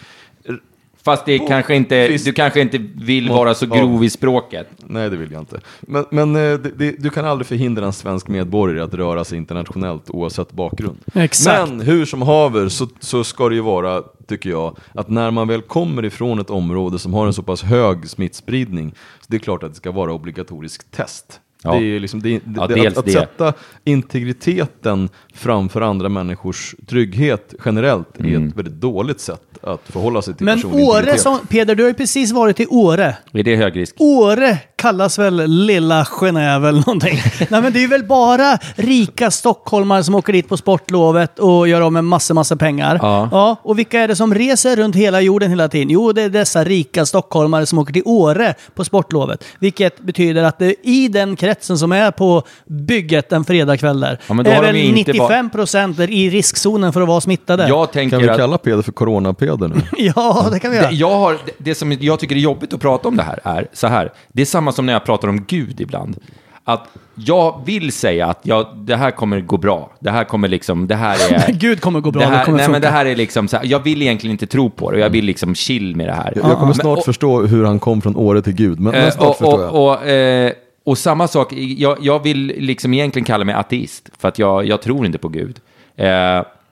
[SPEAKER 2] Fast det är kanske inte,
[SPEAKER 3] Visst.
[SPEAKER 2] du kanske inte vill vara så
[SPEAKER 3] Ja.
[SPEAKER 2] grov i språket.
[SPEAKER 3] Nej, det vill jag inte. Men, men eh, det, det, du kan aldrig förhindra en svensk medborgare att röra sig internationellt oavsett bakgrund.
[SPEAKER 4] Exakt.
[SPEAKER 3] Men hur som haver så, så ska det ju vara, tycker jag, att när man väl kommer ifrån ett område som har en så pass hög smittspridning, så det är klart att det ska vara obligatoriskt test.
[SPEAKER 2] Ja.
[SPEAKER 3] Det är ju liksom, det, det,
[SPEAKER 2] Ja,
[SPEAKER 3] det,
[SPEAKER 2] dels
[SPEAKER 3] att, att
[SPEAKER 2] det.
[SPEAKER 3] sätta integriteten framför andra människors trygghet generellt
[SPEAKER 2] Mm.
[SPEAKER 3] är ett väldigt dåligt sätt att förhålla sig till
[SPEAKER 4] Men
[SPEAKER 3] personlig
[SPEAKER 4] Åre,
[SPEAKER 3] integritet.
[SPEAKER 4] som, Peder, du har ju precis varit i Åre.
[SPEAKER 2] Är det högrisk?
[SPEAKER 4] Åre kallas väl lilla Genève eller någonting. Nej men det är väl bara rika stockholmare som åker dit på sportlovet och gör av med massor, massor pengar.
[SPEAKER 2] Ja.
[SPEAKER 4] Och vilka är det som reser runt hela jorden hela tiden? Jo, det är dessa rika stockholmare som åker till Åre på sportlovet. Vilket betyder att det i den kretsen som är på bygget en fredagkväll där,
[SPEAKER 2] Ja, men då
[SPEAKER 4] är
[SPEAKER 2] har de
[SPEAKER 4] väl
[SPEAKER 2] ju inte
[SPEAKER 4] 95 procent i riskzonen för att vara smittade.
[SPEAKER 2] Jag
[SPEAKER 3] Kan
[SPEAKER 2] tänker
[SPEAKER 3] vi
[SPEAKER 2] att...
[SPEAKER 3] kalla Peder för Corona-Peder nu?
[SPEAKER 4] Ja, det kan vi göra.
[SPEAKER 2] Det, jag har, det- det som jag tycker är jobbigt att prata om det här är så här. Det är samma som när jag pratar om Gud ibland. Att jag vill säga att jag, det här kommer gå bra. Det här kommer liksom, det här är...
[SPEAKER 4] Gud kommer gå bra,
[SPEAKER 2] Det
[SPEAKER 4] det
[SPEAKER 2] här,
[SPEAKER 4] kommer
[SPEAKER 2] nej,
[SPEAKER 4] funka.
[SPEAKER 2] men det här är liksom så här, jag vill egentligen inte tro på det och jag vill liksom chill med det här.
[SPEAKER 3] Jag kommer
[SPEAKER 2] Men-
[SPEAKER 3] snart
[SPEAKER 2] och-
[SPEAKER 3] förstå hur han kom från Åre till Gud, men, men
[SPEAKER 2] Eh,
[SPEAKER 3] snart förstår jag.
[SPEAKER 2] och, och, eh, och samma sak, jag, jag vill liksom egentligen kalla mig ateist, för att jag, jag tror inte på Gud. Eh,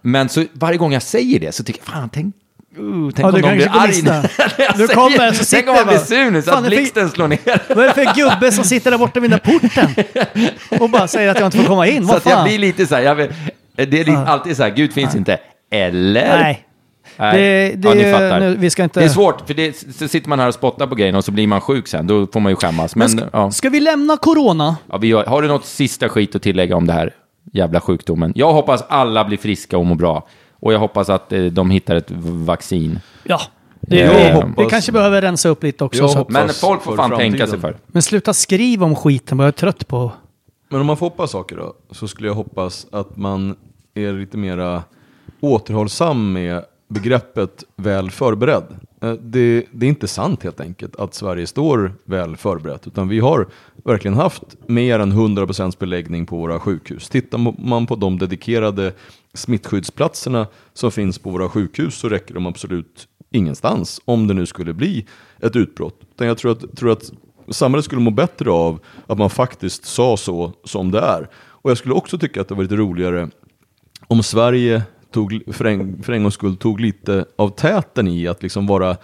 [SPEAKER 2] men så varje gång jag säger det så tycker jag, fan, tänk, uh, tänk
[SPEAKER 4] Ja,
[SPEAKER 2] om
[SPEAKER 4] du
[SPEAKER 2] de
[SPEAKER 4] kanske
[SPEAKER 2] blir
[SPEAKER 4] går
[SPEAKER 2] arg
[SPEAKER 4] miste.
[SPEAKER 2] när jag
[SPEAKER 4] Du
[SPEAKER 2] säger-
[SPEAKER 4] kommer, så
[SPEAKER 2] Tänk
[SPEAKER 4] sitter
[SPEAKER 2] om man blir
[SPEAKER 4] jag bara,
[SPEAKER 2] sur nu så
[SPEAKER 4] fan,
[SPEAKER 2] att
[SPEAKER 4] det fick-
[SPEAKER 2] blixten slår ner.
[SPEAKER 4] Vad är det för gubbe som sitter där borta vid den där porten och bara säger att jag inte får komma in?
[SPEAKER 2] Så
[SPEAKER 4] Vad
[SPEAKER 2] att jag
[SPEAKER 4] fan? Ah.
[SPEAKER 2] blir lite så här, jag vill, eh, det är li- alltid så här, Gud finns inte. Eller?
[SPEAKER 4] Nej.
[SPEAKER 2] Nej.
[SPEAKER 4] Det- det
[SPEAKER 2] ja, ni
[SPEAKER 4] är-
[SPEAKER 2] fattar.
[SPEAKER 4] nu- vi ska inte-
[SPEAKER 2] Det är svårt, för det, så sitter man här och spottar på grejerna och så blir man sjuk sen. Då får man ju skämmas. Men,
[SPEAKER 4] ska,
[SPEAKER 2] ja.
[SPEAKER 4] ska vi lämna corona?
[SPEAKER 2] Ja, vi gör, har du något sista skit att tillägga om det här jävla sjukdomen? Jag hoppas alla blir friska och mår bra. Och jag hoppas att eh, de hittar ett v- vaccin.
[SPEAKER 4] Ja. Det,
[SPEAKER 2] Jag
[SPEAKER 4] vi,
[SPEAKER 2] hoppas-
[SPEAKER 4] vi kanske behöver rensa upp lite också.
[SPEAKER 3] Jag
[SPEAKER 4] Så. att-
[SPEAKER 3] hoppas
[SPEAKER 2] Men folk får
[SPEAKER 3] för
[SPEAKER 2] fan
[SPEAKER 3] framtiden.
[SPEAKER 2] tänka sig för.
[SPEAKER 4] Men sluta skriv om skiten, vad jag är trött på.
[SPEAKER 3] Men om man får hoppas saker då, så skulle jag hoppas att man är lite mera återhållsam med begreppet väl förberedd. Eh, Det, det är inte sant helt enkelt att Sverige står väl förberett, utan vi har verkligen haft mer än 100% beläggning på våra sjukhus. Tittar man på de dedikerade smittskyddsplatserna som finns på våra sjukhus så räcker de absolut ingenstans om det nu skulle bli ett utbrott. Utan jag tror att, tror att samhället skulle må bättre av att man faktiskt sa så som det är. Och jag skulle också tycka att det var lite roligare om Sverige tog, för, en, för en gångs skull tog lite av täten i att liksom vara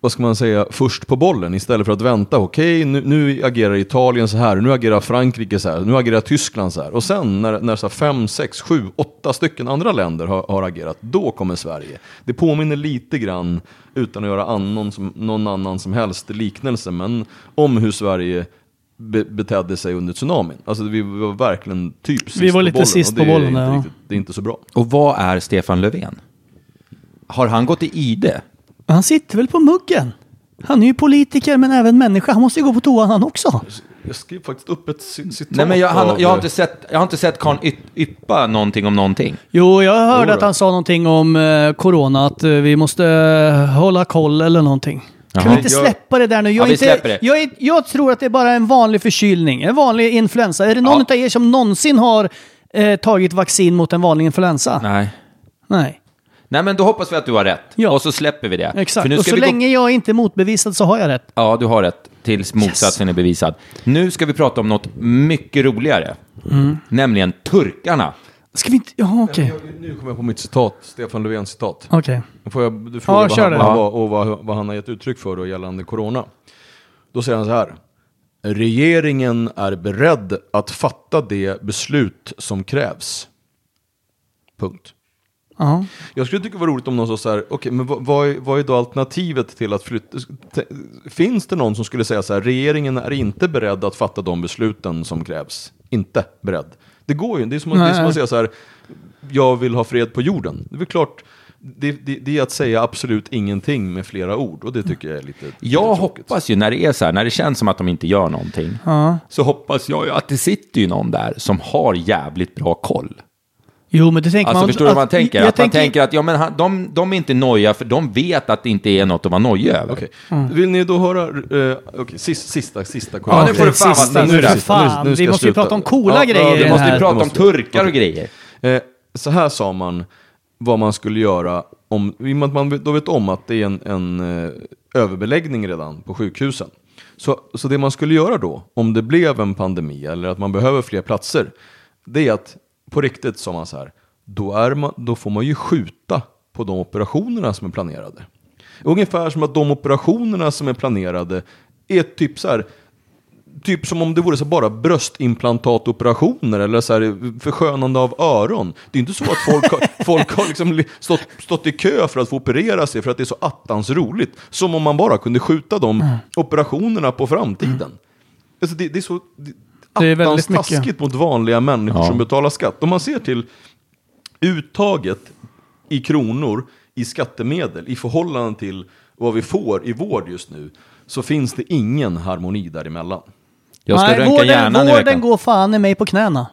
[SPEAKER 3] vad ska man säga, först på bollen istället för att vänta. Okej, nu, nu agerar Italien så här, nu agerar Frankrike så här, nu agerar Tyskland så här. Och sen när, när så här fem, sex, sju, åtta stycken andra länder har, har agerat, då kommer Sverige. Det påminner lite grann, utan att göra annan som, någon annan som helst liknelse, men om hur Sverige be, betedde sig under tsunamin. Alltså vi var verkligen typ sist
[SPEAKER 4] Vi var
[SPEAKER 3] på
[SPEAKER 4] lite
[SPEAKER 3] bollen, och
[SPEAKER 4] sist
[SPEAKER 3] det
[SPEAKER 4] på
[SPEAKER 3] är
[SPEAKER 4] bollen,
[SPEAKER 3] inte
[SPEAKER 4] ja.
[SPEAKER 3] riktigt- Det är inte så bra.
[SPEAKER 2] Och vad är Stefan Löfven? Har han gått i ide?
[SPEAKER 4] Han sitter väl på muggen? Han är ju politiker men även människa. Han måste ju gå på toan han också.
[SPEAKER 3] Jag skrev faktiskt upp ett ci- citat
[SPEAKER 2] Nej, men jag, han,
[SPEAKER 3] av- eh,
[SPEAKER 2] jag har inte sett, jag har inte sett karln yt, yppa någonting om någonting.
[SPEAKER 4] Jo, jag hörde
[SPEAKER 3] Jo då.
[SPEAKER 4] att han sa någonting om eh, corona, att eh, vi måste eh, hålla koll eller någonting. Kan vi inte
[SPEAKER 3] Jag-
[SPEAKER 4] släppa det där nu?
[SPEAKER 2] Ja,
[SPEAKER 4] Jag,
[SPEAKER 2] vi
[SPEAKER 4] är inte,
[SPEAKER 2] släpper det.
[SPEAKER 4] jag, är, jag tror att det är bara en vanlig förkylning, en vanlig influensa. Är det någon
[SPEAKER 2] Ja.
[SPEAKER 4] av er som någonsin har eh, tagit vaccin mot en vanlig influensa?
[SPEAKER 2] Nej.
[SPEAKER 4] Nej.
[SPEAKER 2] Nej, men då hoppas vi att du har rätt.
[SPEAKER 4] Ja.
[SPEAKER 2] Och så släpper vi det.
[SPEAKER 4] Exakt.
[SPEAKER 2] För nu
[SPEAKER 4] Och
[SPEAKER 2] ska
[SPEAKER 4] så
[SPEAKER 2] vi gå-
[SPEAKER 4] länge jag inte är motbevisad så har jag rätt.
[SPEAKER 2] Ja, du har rätt. Tills motsatsen är bevisad. Nu ska vi prata om något mycket roligare.
[SPEAKER 4] Mm.
[SPEAKER 2] Nämligen turkarna.
[SPEAKER 4] Ska vi inte... Ja, okej.
[SPEAKER 3] Jag- Nu kommer jag på mitt citat, Stefan Löfvens citat.
[SPEAKER 4] Okej.
[SPEAKER 3] Får jag, du frågar
[SPEAKER 4] Ja,
[SPEAKER 3] vad,
[SPEAKER 4] kör
[SPEAKER 3] han,
[SPEAKER 4] det.
[SPEAKER 3] vad, han var, och vad, vad han har gett uttryck för då gällande corona. Då säger han så här. Regeringen är beredd att fatta det beslut som krävs. Punkt.
[SPEAKER 4] Ja.
[SPEAKER 3] Jag skulle tycka det var roligt om någon sa så här, okej, men vad, vad, är, vad är då alternativet till att flytta? T- Finns det någon som skulle säga så här, regeringen är inte beredd att fatta de besluten som krävs? Inte beredd. Det går ju, det är som, att- det är som att säga så här, jag vill ha fred på jorden. Det är väl klart, det, det, det är att säga absolut ingenting med flera ord och det tycker jag är lite...
[SPEAKER 2] Jag
[SPEAKER 3] lite tråkigt.
[SPEAKER 2] hoppas ju när det är så här, när det känns som att de inte gör någonting, så hoppas jag ju att det sitter ju någon där som har jävligt bra koll.
[SPEAKER 4] Jo, men det tänker
[SPEAKER 2] Alltså
[SPEAKER 4] man...
[SPEAKER 2] förstår du vad man tänker?
[SPEAKER 4] jag
[SPEAKER 2] Att man tänker att ja, men han, de, de är inte noja för de vet att det inte är något att vara noja över.
[SPEAKER 3] Okej.
[SPEAKER 4] Mm.
[SPEAKER 3] Vill ni då höra, eh, okej, sista, sista, sista
[SPEAKER 2] Ja, nu får du fan
[SPEAKER 4] Sista,
[SPEAKER 2] vara-
[SPEAKER 4] nu,
[SPEAKER 2] nu är det-
[SPEAKER 4] fan.
[SPEAKER 3] nu- nu ska
[SPEAKER 4] vi
[SPEAKER 3] jag
[SPEAKER 4] måste ju
[SPEAKER 3] sluta.
[SPEAKER 4] prata om coola
[SPEAKER 3] Ja, ja,
[SPEAKER 4] grejer
[SPEAKER 3] vi
[SPEAKER 4] i det
[SPEAKER 2] Vi
[SPEAKER 3] Det
[SPEAKER 2] måste
[SPEAKER 4] här.
[SPEAKER 2] ju prata om
[SPEAKER 3] måste-
[SPEAKER 2] turkar och grejer.
[SPEAKER 3] Eh, så här sa man vad man skulle göra om, i och med att man vet- då vet om att det är en, en eh, överbeläggning redan på sjukhusen. Så, så det man skulle göra då, om det blev en pandemi eller att man behöver fler platser, det är att på riktigt sa man så här, då, är man, då får man ju skjuta på de operationerna som är planerade. Ungefär som att de operationerna som är planerade är typ så här, Typ som om det vore så bara bröstimplantatoperationer eller så här förskönande av öron. Det är inte så att folk har, folk har liksom li- stått, stått i kö för att få operera sig för att det är så attans roligt. Som om man bara kunde skjuta de
[SPEAKER 4] Mm.
[SPEAKER 3] operationerna på framtiden. Alltså det, det är så det,
[SPEAKER 4] Det är
[SPEAKER 3] attans
[SPEAKER 4] väldigt mycket.
[SPEAKER 3] taskigt mot vanliga människor
[SPEAKER 2] Ja.
[SPEAKER 3] som betalar skatt. Om man ser till uttaget i kronor i skattemedel i förhållande till vad vi får i vård just nu så finns det ingen harmoni däremellan.
[SPEAKER 2] Jag ska röntga
[SPEAKER 4] vården,
[SPEAKER 2] hjärnan i
[SPEAKER 4] vården
[SPEAKER 2] veckan.
[SPEAKER 4] går fan i mig på knäna.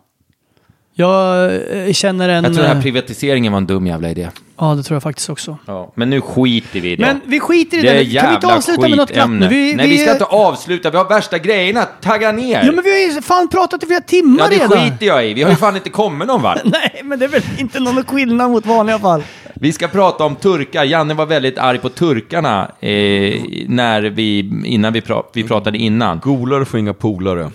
[SPEAKER 4] Jag eh, känner en...
[SPEAKER 2] Jag tror den här
[SPEAKER 4] eh,
[SPEAKER 2] privatiseringen var en dum jävla idé.
[SPEAKER 4] ja, det tror jag faktiskt också.
[SPEAKER 2] Men nu skiter vi i det.
[SPEAKER 4] Men vi skiter i
[SPEAKER 2] det
[SPEAKER 4] det.
[SPEAKER 2] är
[SPEAKER 4] men Kan vi inte
[SPEAKER 2] jävla
[SPEAKER 4] avsluta med något glatt nu?
[SPEAKER 2] skitämne. Nej, vi ska inte avsluta. Vi har värsta grejerna. Tagga ner.
[SPEAKER 4] Ja, men vi har ju fan pratat i flera timmar
[SPEAKER 2] Ja, det
[SPEAKER 4] redan.
[SPEAKER 2] skiter jag i. Vi har ju fan inte kommit någon vart.
[SPEAKER 4] Nej, men det är väl inte någon skillnad mot vanliga fall.
[SPEAKER 2] Vi ska prata om turkar. Janne var väldigt arg på turkarna eh, när vi, innan vi, pra- vi pratade innan.
[SPEAKER 3] Golare får inga polare.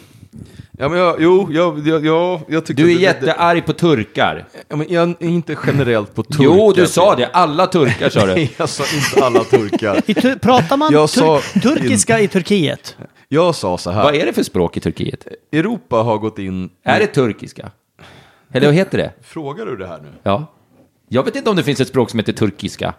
[SPEAKER 3] Ja, men jag, jo, jag, jag, jag, jag tycker...
[SPEAKER 2] Du är
[SPEAKER 3] det- det-
[SPEAKER 2] jättearg på turkar.
[SPEAKER 3] Ja, men jag är inte generellt på turkar.
[SPEAKER 2] Jo, du sa det. Alla turkar sa du.
[SPEAKER 3] Nej, jag sa inte alla turkar.
[SPEAKER 4] I tu- pratar man
[SPEAKER 3] Jag
[SPEAKER 4] tur-
[SPEAKER 3] sa-
[SPEAKER 4] turkiska i Turkiet?
[SPEAKER 3] Jag sa så här,
[SPEAKER 2] Vad är det för språk i Turkiet?
[SPEAKER 3] Europa har gått in...
[SPEAKER 2] Är det turkiska? Eller vad heter det?
[SPEAKER 3] Frågar du det här nu?
[SPEAKER 2] Ja. Jag vet inte om det finns ett språk som heter turkiska.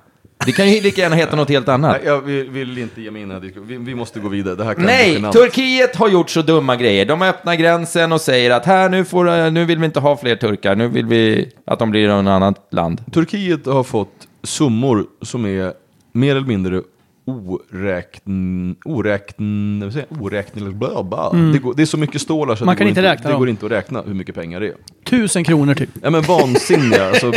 [SPEAKER 2] Det kan ju lika gärna heta något helt annat.
[SPEAKER 3] Nej, jag vill, vill inte ge mig in i den här diskussionen. Vi, vi måste gå vidare. Det här kan bli
[SPEAKER 2] Nej,
[SPEAKER 3] genant.
[SPEAKER 2] Turkiet har gjort så dumma grejer. De öppnar gränsen och säger att här, nu, får, eh, nu vill vi inte ha fler turkar. Nu vill vi att de blir någon annat land.
[SPEAKER 3] Turkiet har fått summor som är mer eller mindre oräkn... oräkn... vad säger jag? oräkneliga. Bla bla. Det, går, det är så mycket stålar så
[SPEAKER 4] Mm. Man
[SPEAKER 3] det, går
[SPEAKER 4] kan inte
[SPEAKER 3] inte,
[SPEAKER 4] räkna
[SPEAKER 3] det
[SPEAKER 4] dem.
[SPEAKER 3] går inte att räkna hur mycket pengar det är.
[SPEAKER 4] Tusen kronor typ.
[SPEAKER 3] Ja, men vansinniga, alltså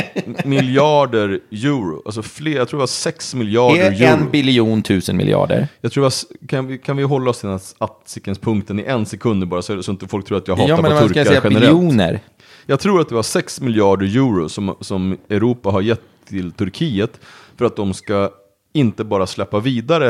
[SPEAKER 3] miljarder euro. Alltså fler, jag tror det var 6 miljarder
[SPEAKER 2] Är
[SPEAKER 3] euro.
[SPEAKER 2] en biljon tusen miljarder?
[SPEAKER 3] Jag tror det var, s- kan, vi, kan vi hålla oss till den här attsikenspunkten i en sekund nu bara så, så inte folk tror att jag hatar
[SPEAKER 2] Ja, men
[SPEAKER 3] på
[SPEAKER 2] man ska
[SPEAKER 3] turkar
[SPEAKER 2] säga
[SPEAKER 3] generellt.
[SPEAKER 2] biljoner.
[SPEAKER 3] Jag tror att det var 6 miljarder euro som, som Europa har gett till Turkiet för att de ska inte bara släppa vidare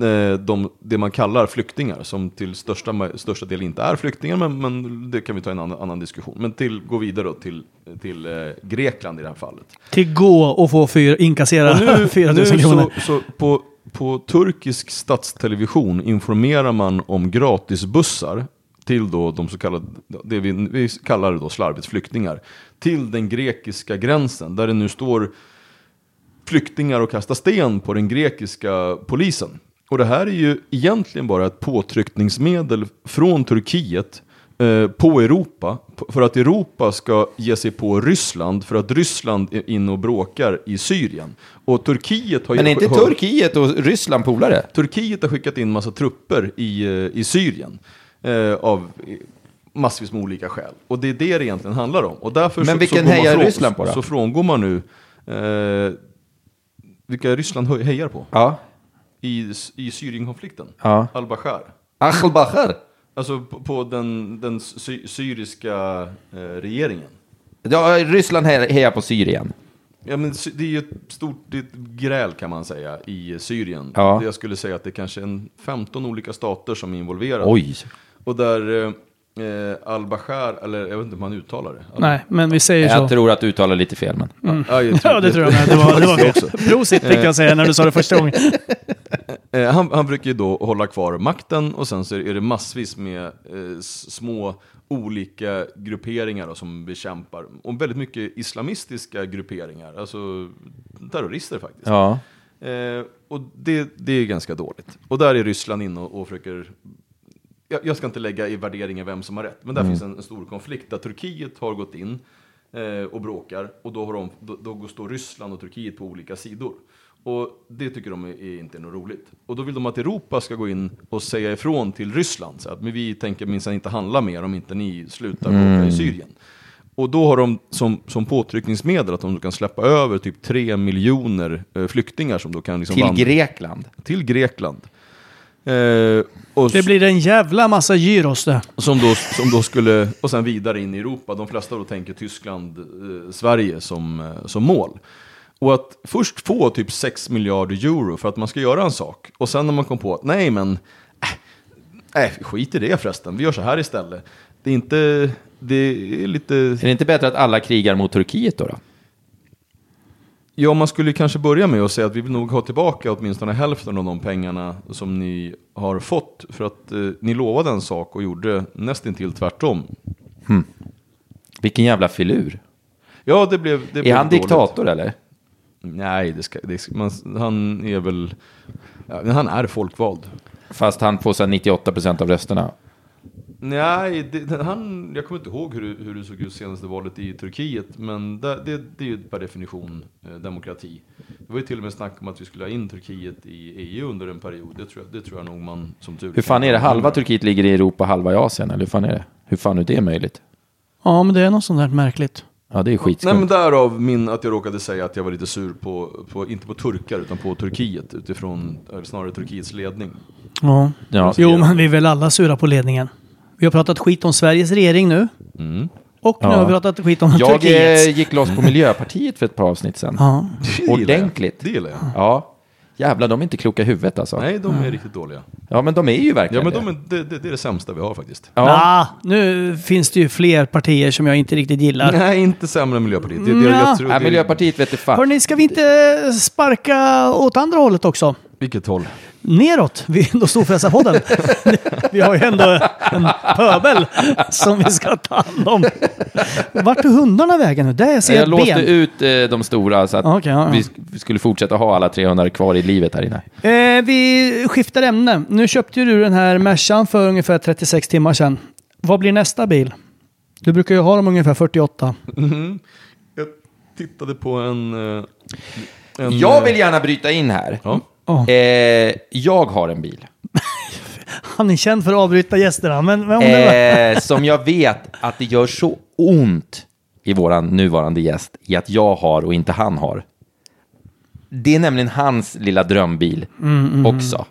[SPEAKER 3] eh, de, det man kallar flyktingar, som till största, ma- största del inte är flyktingar, men, men det kan vi ta i en annan, annan diskussion. Men till, gå vidare då till, till eh, Grekland i det här fallet.
[SPEAKER 4] Till gå och få fyra, inkassera
[SPEAKER 3] Och nu,
[SPEAKER 4] 4
[SPEAKER 3] nu
[SPEAKER 4] 000 kronor.
[SPEAKER 3] så, så på på turkisk statstelevision informerar man om gratisbussar till då de så kallade, det vi, vi kallar det då slarvigt flyktingar, till den grekiska gränsen där det nu står flyktingar och kasta sten på den grekiska polisen. Och det här är ju egentligen bara ett påtryckningsmedel från Turkiet eh, på Europa p- för att Europa ska ge sig på Ryssland för att Ryssland är inne och bråkar i Syrien. Och Turkiet har ju
[SPEAKER 2] Men är inte
[SPEAKER 3] hör-
[SPEAKER 2] Turkiet och Ryssland polare?
[SPEAKER 3] Turkiet har skickat in massa trupper i, eh, i Syrien eh, av eh, massvis med olika skäl. Och det är det det egentligen handlar om. Och därför
[SPEAKER 2] Men
[SPEAKER 3] så,
[SPEAKER 2] vilken
[SPEAKER 3] så går man
[SPEAKER 2] hejar
[SPEAKER 3] från-
[SPEAKER 2] Ryssland på då?
[SPEAKER 3] Så frångår man nu eh, vilka Ryssland hö- hejar på
[SPEAKER 2] Ja.
[SPEAKER 3] i, s- i Syrienkonflikten.
[SPEAKER 2] Ja.
[SPEAKER 3] Al-Bashar.
[SPEAKER 2] Achelbacher.
[SPEAKER 3] Alltså på, på den, den sy- syriska eh, regeringen.
[SPEAKER 2] Ja, Ryssland he- hejar på Syrien.
[SPEAKER 3] Ja, men sy- det är ju ett stort det är ett gräl kan man säga i Syrien.
[SPEAKER 2] Ja.
[SPEAKER 3] Jag skulle säga att det är kanske en 15 olika stater som är involverade.
[SPEAKER 2] Oj.
[SPEAKER 3] Och där eh, eh, al-Bashir, eller jag vet inte hur man uttalar det. Mm.
[SPEAKER 4] Nej, men vi säger så.
[SPEAKER 2] Jag tror att du uttalar lite fel, men...
[SPEAKER 3] Ja, jag
[SPEAKER 4] Mm. Ja, det tror jag med. Det var, det var också. Prosit fick jag säga när du sa det första gången.
[SPEAKER 3] Eh, han, han brukar ju då hålla kvar makten och sen så är det massvis med eh, s- små olika grupperingar då, som bekämpar. Och väldigt mycket islamistiska grupperingar, alltså terrorister faktiskt.
[SPEAKER 2] Ja.
[SPEAKER 3] Eh, och det, det är ganska dåligt. Och där är Ryssland inne och, och försöker... Jag, jag ska inte lägga i värderingen vem som har rätt, men där finns en, en stor konflikt där Turkiet har gått in eh, och bråkar och då, har de, då, då går- står Ryssland och Turkiet på olika sidor. Och det tycker de är, är inte något roligt. Och då vill de att Europa ska gå in och säga ifrån till Ryssland, så att men vi tänker minsann inte handla mer om inte ni slutar bråka i Syrien. Och då har de som, som påtryckningsmedel att de kan släppa över typ 3 miljoner eh, flyktingar som då kan liksom
[SPEAKER 2] Till
[SPEAKER 3] vandra-
[SPEAKER 2] Grekland.
[SPEAKER 3] till Grekland. Eh, och
[SPEAKER 4] Det blir en jävla massa gyros det.
[SPEAKER 3] som, då, som då skulle, och sen vidare in i Europa. De flesta då tänker Tyskland, eh, Sverige som, eh, som mål. Och att först få typ 6 miljarder euro för att man ska göra en sak. Och sen när man kom på att nej men, äh, äh, skit i det förresten, vi gör så här istället. Det är inte, det är lite...
[SPEAKER 2] Är det inte bättre att alla krigar mot Turkiet då? då?
[SPEAKER 3] Ja, man skulle ju kanske börja med att säga att vi vill nog ha tillbaka åtminstone hälften av de pengarna som ni har fått. För att eh, ni lovade en sak och gjorde nästintill tvärtom.
[SPEAKER 2] Vilken jävla filur.
[SPEAKER 3] Ja, det blev det
[SPEAKER 2] Är
[SPEAKER 3] blev
[SPEAKER 2] han
[SPEAKER 3] dåligt.
[SPEAKER 2] diktator eller?
[SPEAKER 3] Nej, det ska, det ska, man, han är väl... Ja, men han är folkvald.
[SPEAKER 2] Fast han får så här 98% av rösterna.
[SPEAKER 3] Nej, det, han, jag kommer inte ihåg hur, det- hur det såg ut senaste valet i Turkiet, men det, det, det är ju per definition eh, demokrati. Det var ju till och med snack om att vi skulle ha in Turkiet i EU under en period. Det tror jag, det tror jag nog man som tur
[SPEAKER 2] Hur fan är det? Halva Turkiet ligger i Europa, halva i Asien. Eller hur fan är det? Hur fan är det möjligt?
[SPEAKER 4] Ja, men det är något sånt där märkligt.
[SPEAKER 2] Ja, det är
[SPEAKER 3] Nej
[SPEAKER 2] skitskumt.
[SPEAKER 3] men därav min, att jag råkade säga att jag var lite sur på, på inte på turkar utan på Turkiet utifrån eh, snarare Turkiets ledning.
[SPEAKER 4] Ja.
[SPEAKER 2] Ja.
[SPEAKER 4] Jo, men vi är väl alla sura på ledningen. Vi har pratat skit om Sveriges regering nu. Och nu
[SPEAKER 2] Mm. Ja.
[SPEAKER 4] har vi pratat skit om
[SPEAKER 2] Jag eh,
[SPEAKER 4] Turkiet.
[SPEAKER 2] gick loss på Miljöpartiet för ett par avsnitt sedan.
[SPEAKER 4] Ja.
[SPEAKER 3] Det gillar jag.
[SPEAKER 2] Ordentligt.
[SPEAKER 3] Det gillar jag.
[SPEAKER 2] Ja. Jävlar, de är inte kloka i huvudet alltså.
[SPEAKER 3] Nej, de är riktigt dåliga.
[SPEAKER 2] Ja, men de är ju verkligen
[SPEAKER 3] Ja, men de är, det, det, det är det sämsta vi har faktiskt.
[SPEAKER 2] Ja.
[SPEAKER 4] Ah, nu finns det ju fler partier som jag inte riktigt gillar.
[SPEAKER 3] Nej, inte sämre än Miljöpartiet. Det, det,
[SPEAKER 4] Nja.
[SPEAKER 3] jag tror,
[SPEAKER 2] Nej,
[SPEAKER 3] det,
[SPEAKER 2] Miljöpartiet vet du fan.
[SPEAKER 4] Hörni, ska vi inte sparka åt andra hållet också?
[SPEAKER 3] Vilket håll?
[SPEAKER 4] Neråt. Vi är ändå Storfräsarpodden. vi har ju ändå en pöbel som vi ska ta hand om. Vart tog hundarna vägen nu? Där ser
[SPEAKER 2] jag
[SPEAKER 4] jag ett
[SPEAKER 2] låste
[SPEAKER 4] ben.
[SPEAKER 2] ut eh, de stora så att
[SPEAKER 4] Okej, ja, ja.
[SPEAKER 2] vi sk- vi skulle fortsätta ha alla 300 kvar i livet här inne.
[SPEAKER 4] Eh, vi skiftar ämne. Nu köpte ju du den här Mercan för ungefär 36 timmar sedan. Vad blir nästa bil? Du brukar ju ha dem ungefär 48.
[SPEAKER 3] Jag tittade på en... eh, en
[SPEAKER 2] Jag
[SPEAKER 3] eh,
[SPEAKER 2] vill gärna bryta in här.
[SPEAKER 3] Ja.
[SPEAKER 2] Eh, jag har en bil.
[SPEAKER 4] Han är känd för att avbryta gästerna, men vem det var?
[SPEAKER 2] Eh, som jag vet att det gör så ont i våran nuvarande gäst i att jag har och inte han har. Det är nämligen hans lilla drömbil också.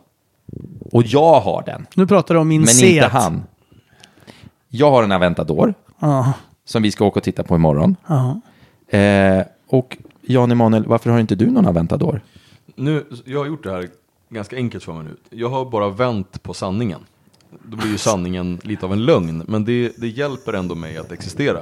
[SPEAKER 2] Och jag har den,
[SPEAKER 4] Nu pratar du om min
[SPEAKER 2] men
[SPEAKER 4] Seat.
[SPEAKER 2] inte han. Jag har en Aventador
[SPEAKER 4] Ja,
[SPEAKER 2] som vi ska åka och titta på imorgon.
[SPEAKER 4] ja.
[SPEAKER 2] Eh, och Jan Emanuel, varför har inte du någon Aventador?
[SPEAKER 3] Nu, jag har gjort det här ganska enkelt för mig nu. Jag har bara vänt på sanningen. Då blir ju sanningen lite av en lögn, men det, det hjälper ändå mig att existera.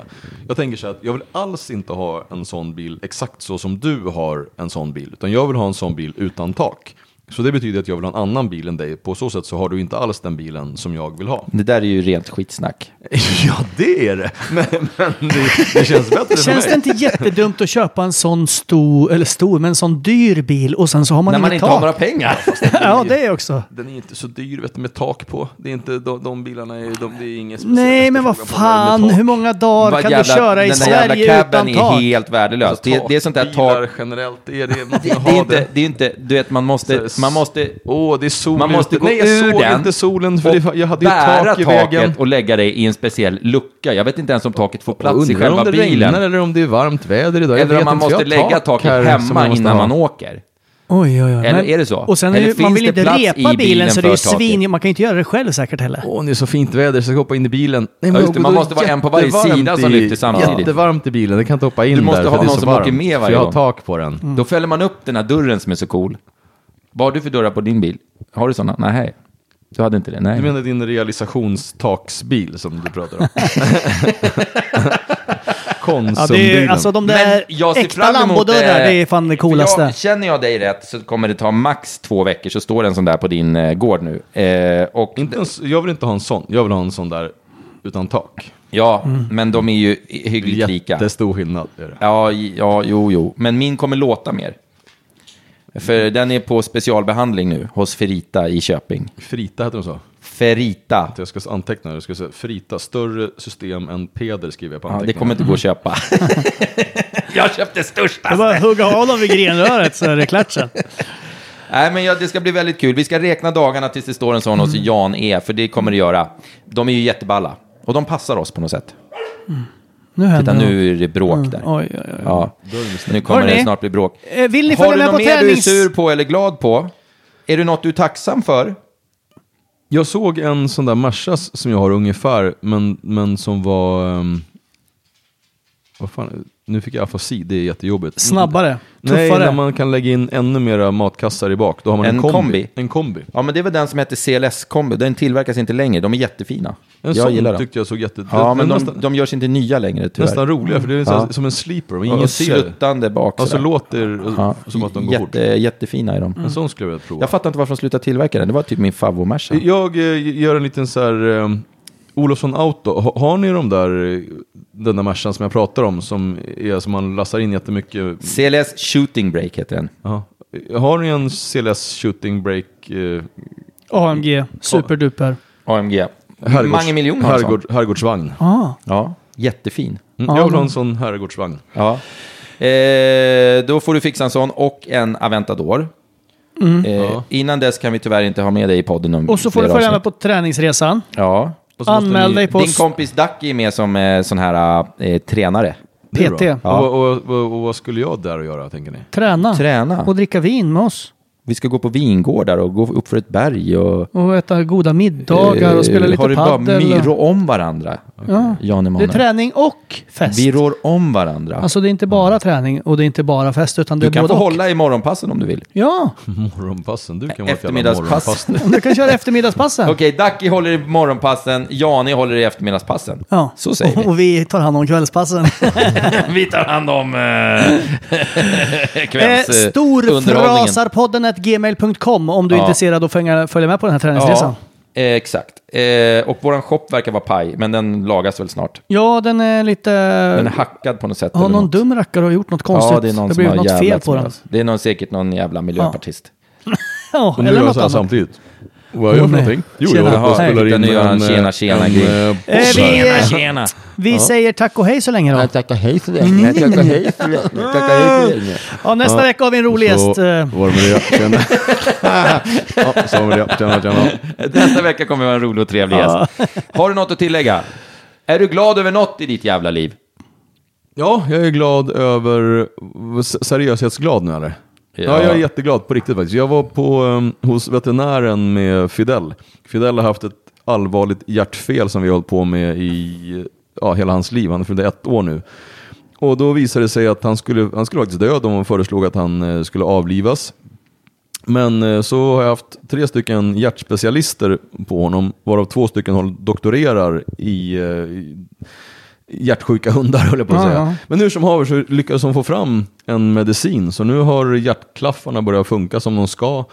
[SPEAKER 3] Jag tänker så här att jag vill alls inte ha en sån bil exakt så som du har en sån bil, utan jag vill ha en sån bil utan tak. Så det betyder att jag vill ha en annan bil än dig. På så sätt så har du inte alls den bilen som jag vill ha.
[SPEAKER 2] Det där är ju rent skitsnack.
[SPEAKER 3] Ja, det är det. Men, men det, det känns bättre för
[SPEAKER 4] Känns det
[SPEAKER 3] mig.
[SPEAKER 4] inte jättedumt att köpa en sån stor, eller stor, men en sån dyr bil och sen så har man
[SPEAKER 2] När
[SPEAKER 4] inget
[SPEAKER 2] man inte
[SPEAKER 4] tak?
[SPEAKER 2] har några pengar.
[SPEAKER 4] Ja, det är också.
[SPEAKER 3] Den är inte så dyr vet du, med tak på. Det är inte, de, de bilarna är, de, det är ingen speciell
[SPEAKER 4] Nej, men vad
[SPEAKER 3] efterfrågan på den med
[SPEAKER 4] fan,
[SPEAKER 3] tak.
[SPEAKER 4] hur många dagar
[SPEAKER 2] Vad
[SPEAKER 4] kan
[SPEAKER 2] jävla-
[SPEAKER 4] du köra i
[SPEAKER 2] den där jävla
[SPEAKER 4] Sverige
[SPEAKER 2] cabben
[SPEAKER 4] utan
[SPEAKER 2] är
[SPEAKER 4] tak?
[SPEAKER 2] helt värdelöst. Det,
[SPEAKER 3] Alltså,
[SPEAKER 2] det är sånt där
[SPEAKER 3] takbilar
[SPEAKER 2] tak.
[SPEAKER 3] generellt, det är det. Man
[SPEAKER 2] Det, det är inte, det är inte, du vet man måste, man måste,
[SPEAKER 3] Åh, det är sol
[SPEAKER 2] man måste
[SPEAKER 3] ute.
[SPEAKER 2] gå
[SPEAKER 3] Nej, jag
[SPEAKER 2] ur
[SPEAKER 3] såg
[SPEAKER 2] den
[SPEAKER 3] inte solen för
[SPEAKER 2] och
[SPEAKER 3] det, var- jag hade ju
[SPEAKER 2] bära
[SPEAKER 3] tak i
[SPEAKER 2] taket
[SPEAKER 3] vägen.
[SPEAKER 2] och lägga dig i en speciell lucka. Jag vet inte ens om taket får
[SPEAKER 3] Jag
[SPEAKER 2] plats i
[SPEAKER 3] undrar
[SPEAKER 2] själva
[SPEAKER 3] om det
[SPEAKER 2] bilen.
[SPEAKER 3] regnar eller om det är varmt väder idag. Jag
[SPEAKER 2] Eller
[SPEAKER 3] vet
[SPEAKER 2] om man
[SPEAKER 3] inte,
[SPEAKER 2] måste
[SPEAKER 3] jag har
[SPEAKER 2] lägga taket
[SPEAKER 3] här som
[SPEAKER 2] hemma
[SPEAKER 3] jag måste
[SPEAKER 2] innan
[SPEAKER 3] ha.
[SPEAKER 2] man åker.
[SPEAKER 4] Oj, oj, oj.
[SPEAKER 2] Eller är det så?
[SPEAKER 4] Och sen är
[SPEAKER 2] Eller
[SPEAKER 4] ju, man
[SPEAKER 2] finns
[SPEAKER 4] vill
[SPEAKER 2] det
[SPEAKER 4] ju inte
[SPEAKER 2] plats i
[SPEAKER 4] repa bilen
[SPEAKER 2] bilen
[SPEAKER 4] så det är ju
[SPEAKER 2] för taket?
[SPEAKER 4] svin. Man kan ju inte göra det själv säkert heller.
[SPEAKER 3] Åh, det är så fint väder så jag ska hoppa in i bilen. Nej,
[SPEAKER 2] just det, man måste vara en på varje sida som lyfter samtidigt.
[SPEAKER 3] Jättevarmt i bilen, den kan inte hoppa in
[SPEAKER 2] Du måste
[SPEAKER 3] där
[SPEAKER 2] ha
[SPEAKER 3] för det är
[SPEAKER 2] någon
[SPEAKER 3] så
[SPEAKER 2] som
[SPEAKER 3] varmt.
[SPEAKER 2] åker med
[SPEAKER 3] För
[SPEAKER 2] varje
[SPEAKER 3] jag har
[SPEAKER 2] gång.
[SPEAKER 3] tak på den.
[SPEAKER 2] Då fäller man upp den här dörren som är så cool. Vad har du för dörrar på din bil? Har du sådana? Nej. Du hade inte det? Nej.
[SPEAKER 3] Du
[SPEAKER 4] Mm.
[SPEAKER 3] menar din realisationstaksbil som du pratar om? Konsumbilen.
[SPEAKER 4] Ja, det är, alltså de där äkta Lambo-dörrar, det är fan det coolaste.
[SPEAKER 2] eh, för Jag, känner jag dig rätt så kommer det ta max två veckor så står det en sån där på din eh, gård nu. Eh, och
[SPEAKER 3] inte en, s- jag vill inte ha en sån, jag vill ha en sån där utan tak.
[SPEAKER 2] ja,
[SPEAKER 4] Mm.
[SPEAKER 2] men de är ju hyggligt lika.
[SPEAKER 3] Jättestor skillnad. Är det.
[SPEAKER 2] Ja, j- ja, jo, jo. Men min kommer låta mer. För den är på specialbehandling nu hos Ferita i Köping.
[SPEAKER 3] Frita heter de så.
[SPEAKER 2] Ferita.
[SPEAKER 3] Jag ska anteckna det, jag ska säga Frita, större system än Peder skriver jag på
[SPEAKER 2] Ja,
[SPEAKER 3] anteckningen.
[SPEAKER 2] det kommer inte gå att köpa. jag köpte största.
[SPEAKER 4] Det är bara att hugga av dem vid grenröret så är det klart sen.
[SPEAKER 2] Nej, men ja, det ska bli väldigt kul. Vi ska räkna dagarna tills det står en sån hos
[SPEAKER 4] Mm.
[SPEAKER 2] Jan E, för det kommer det göra. De är ju jätteballa. Och de passar oss på något sätt.
[SPEAKER 4] Nu
[SPEAKER 2] Titta,
[SPEAKER 4] händer det.
[SPEAKER 2] nu är det bråk där.
[SPEAKER 4] Mm. Oj, oj, oj.
[SPEAKER 2] Ja, nu kommer
[SPEAKER 4] Hörrni,
[SPEAKER 2] det snart bli bråk.
[SPEAKER 4] eh, vill ni
[SPEAKER 2] Har
[SPEAKER 4] följa
[SPEAKER 2] du
[SPEAKER 4] med
[SPEAKER 2] något
[SPEAKER 4] på
[SPEAKER 2] mer du är
[SPEAKER 4] tränings-
[SPEAKER 2] sur på eller glad på? Är det något du är tacksam för?
[SPEAKER 3] Jag såg en sån där Mercas som jag har ungefär, men, men som var... ehm, vad fan, nu fick jag afasi, det är jättejobbigt.
[SPEAKER 4] Snabbare,
[SPEAKER 3] Nej,
[SPEAKER 4] tuffare.
[SPEAKER 3] när man kan lägga in ännu mera matkassar i bak, då har man en,
[SPEAKER 2] En
[SPEAKER 3] kombi.
[SPEAKER 2] kombi.
[SPEAKER 3] En kombi.
[SPEAKER 2] Ja, men det är väl den som heter CLS Combo. Den tillverkas inte längre. De är jättefina.
[SPEAKER 3] En
[SPEAKER 2] jag
[SPEAKER 3] sån
[SPEAKER 2] gillar dem.
[SPEAKER 3] tyckte jag såg jätte...
[SPEAKER 2] Ja, men de,
[SPEAKER 3] nästan,
[SPEAKER 2] de görs inte nya längre tyvärr.
[SPEAKER 3] nästan roliga, för det är så här,
[SPEAKER 2] Ja.
[SPEAKER 3] som en sleeper, men
[SPEAKER 2] Ingen
[SPEAKER 3] ingen ser det.
[SPEAKER 2] sluttande bak.
[SPEAKER 3] Alltså
[SPEAKER 2] sådär.
[SPEAKER 3] låter och-
[SPEAKER 2] Ja,
[SPEAKER 3] som att de går Mm. fort.
[SPEAKER 2] jätte, Jättefina är de.
[SPEAKER 3] En sån skulle jag vilja prova.
[SPEAKER 2] Jag fattar inte varför de slutade tillverka den. Det var typ min favoritmersa.
[SPEAKER 3] Jag eh, gör en liten så här... Eh, Olofsson Auto, Ha- har ni de där, eh, den där Mercan som jag pratar om som, är, som man lassar in jättemycket
[SPEAKER 2] CLS Shooting Brake heter den.
[SPEAKER 3] Ja. Har ni en CLS shooting break? Eh,
[SPEAKER 4] AMG, superduper.
[SPEAKER 2] AMG.
[SPEAKER 3] herrgårds-
[SPEAKER 2] Mange miljoner har en sån.
[SPEAKER 3] herrgård, Herrgårdsvagn.
[SPEAKER 4] Ah.
[SPEAKER 2] Ja, jättefin.
[SPEAKER 3] Mm, jag vill ha en sån herrgårdsvagn.
[SPEAKER 2] Ja. Eh, då får du fixa en sån och en Aventador.
[SPEAKER 3] Mm.
[SPEAKER 2] Eh, Innan dess kan vi tyvärr inte ha med dig i podden. Om
[SPEAKER 4] Och så får du
[SPEAKER 2] flera
[SPEAKER 4] följa med
[SPEAKER 2] avsnitt.
[SPEAKER 4] på träningsresan.
[SPEAKER 2] Ja.
[SPEAKER 3] Och så måste
[SPEAKER 4] Anmäl
[SPEAKER 3] ni-
[SPEAKER 4] dig på
[SPEAKER 2] Din kompis Ducky är med som eh, sån här eh, tränare.
[SPEAKER 3] Det är bra.
[SPEAKER 4] PT.
[SPEAKER 2] Ja.
[SPEAKER 3] Och, och, och, och vad skulle jag där och göra, tänker ni?
[SPEAKER 4] Träna.
[SPEAKER 2] Träna.
[SPEAKER 4] Och dricka vin med oss.
[SPEAKER 2] Vi ska gå på vingårdar och gå upp för ett berg och...
[SPEAKER 4] Och äta goda middagar och spela
[SPEAKER 2] Eh,
[SPEAKER 4] lite
[SPEAKER 2] Har du bara
[SPEAKER 4] padel.
[SPEAKER 2] my-
[SPEAKER 4] och-
[SPEAKER 2] rå om varandra, Jan
[SPEAKER 4] Det är
[SPEAKER 2] Emanuel?
[SPEAKER 4] träning och fest.
[SPEAKER 2] Vi rår om varandra.
[SPEAKER 4] Alltså det är inte bara träning och det är inte bara fest utan det
[SPEAKER 2] du
[SPEAKER 4] är
[SPEAKER 2] kan
[SPEAKER 4] både
[SPEAKER 2] få
[SPEAKER 4] och.
[SPEAKER 2] hålla i morgonpassen om du vill.
[SPEAKER 4] Ja,
[SPEAKER 3] Morgonpassen, du kan vara ett jävla
[SPEAKER 2] Eftermiddagspass.
[SPEAKER 3] morgonpass.
[SPEAKER 4] du kan köra eftermiddagspassen.
[SPEAKER 2] Okej, Ducky håller i morgonpassen, Jani håller i eftermiddagspassen.
[SPEAKER 4] Ja.
[SPEAKER 2] Så säger vi.
[SPEAKER 4] Och vi tar hand om kvällspassen.
[SPEAKER 2] Vi tar hand om eh,
[SPEAKER 4] Eh,
[SPEAKER 2] kvälls... eh, underhållningen.
[SPEAKER 4] Storfrasarpodden gmail.com om du är
[SPEAKER 2] Ja.
[SPEAKER 4] intresserad och följa, följa med på den här träningsresan.
[SPEAKER 2] Ja, eh, exakt. Eh, och våran shop verkar vara paj, men den lagas väl snart.
[SPEAKER 4] Ja, den är lite...
[SPEAKER 2] Den är hackad på något sätt.
[SPEAKER 4] har
[SPEAKER 2] eller
[SPEAKER 4] någon
[SPEAKER 2] något.
[SPEAKER 4] dum rackare har gjort något konstigt.
[SPEAKER 2] Ja, det är någon
[SPEAKER 4] har
[SPEAKER 2] som
[SPEAKER 4] blivit
[SPEAKER 2] har
[SPEAKER 4] något
[SPEAKER 2] jävlat
[SPEAKER 4] fel på
[SPEAKER 2] med
[SPEAKER 4] den.
[SPEAKER 2] oss. Det är någon, säkert någon jävla miljöpartist.
[SPEAKER 4] Ja,
[SPEAKER 3] Och nu
[SPEAKER 4] eller
[SPEAKER 3] gör jag
[SPEAKER 4] något
[SPEAKER 3] så här
[SPEAKER 4] annat.
[SPEAKER 3] samtidigt. Vad gör
[SPEAKER 4] Åh,
[SPEAKER 3] jag för
[SPEAKER 4] nej.
[SPEAKER 3] någonting? Jo,
[SPEAKER 4] Tjena.
[SPEAKER 3] jag håller på att
[SPEAKER 4] Hej.
[SPEAKER 3] spela in
[SPEAKER 2] Nu gör han
[SPEAKER 3] en, eh,
[SPEAKER 2] tjena, tjena
[SPEAKER 3] en,
[SPEAKER 2] grej.
[SPEAKER 3] eh,
[SPEAKER 4] Eh,
[SPEAKER 3] podd här.
[SPEAKER 4] vi eh, vi säger tack och hej så länge då. Mm.
[SPEAKER 8] Tacka hej så länge. Jag tackar hej så länge. Jag tackar hej så länge.
[SPEAKER 4] Ja, nästa vecka har vi en rolig
[SPEAKER 3] Så
[SPEAKER 4] gäst. eh.
[SPEAKER 3] var det med det. Tjena. ja, så var det det. Tjena, tjena.
[SPEAKER 2] Nästa vecka kommer det vara en rolig och trevlig gäst. Har du något att tillägga? Är du glad över något i ditt jävla liv?
[SPEAKER 3] Ja, jag är glad över... s- Seriöshetsglad nu eller? Ja. jag är jätteglad på riktigt faktiskt. Jag var på, um, hos veterinären med Fidel. Fidel har haft ett allvarligt hjärtfel som vi har hållit på med i ja, hela hans liv. Han fyllde ett år nu. Och då visade det sig att han skulle, han skulle faktiskt dö. De föreslog att han eh, skulle avlivas. Men eh, så har jag haft tre stycken hjärtspecialister på honom, varav två stycken håll- doktorerar i eh, i hjärtsjuka hundar, höll jag på att
[SPEAKER 4] Ja,
[SPEAKER 3] säga.
[SPEAKER 4] ja.
[SPEAKER 3] Men nu som haver så lyckades de få fram en medicin, så nu har hjärtklaffarna börjat funka som de ska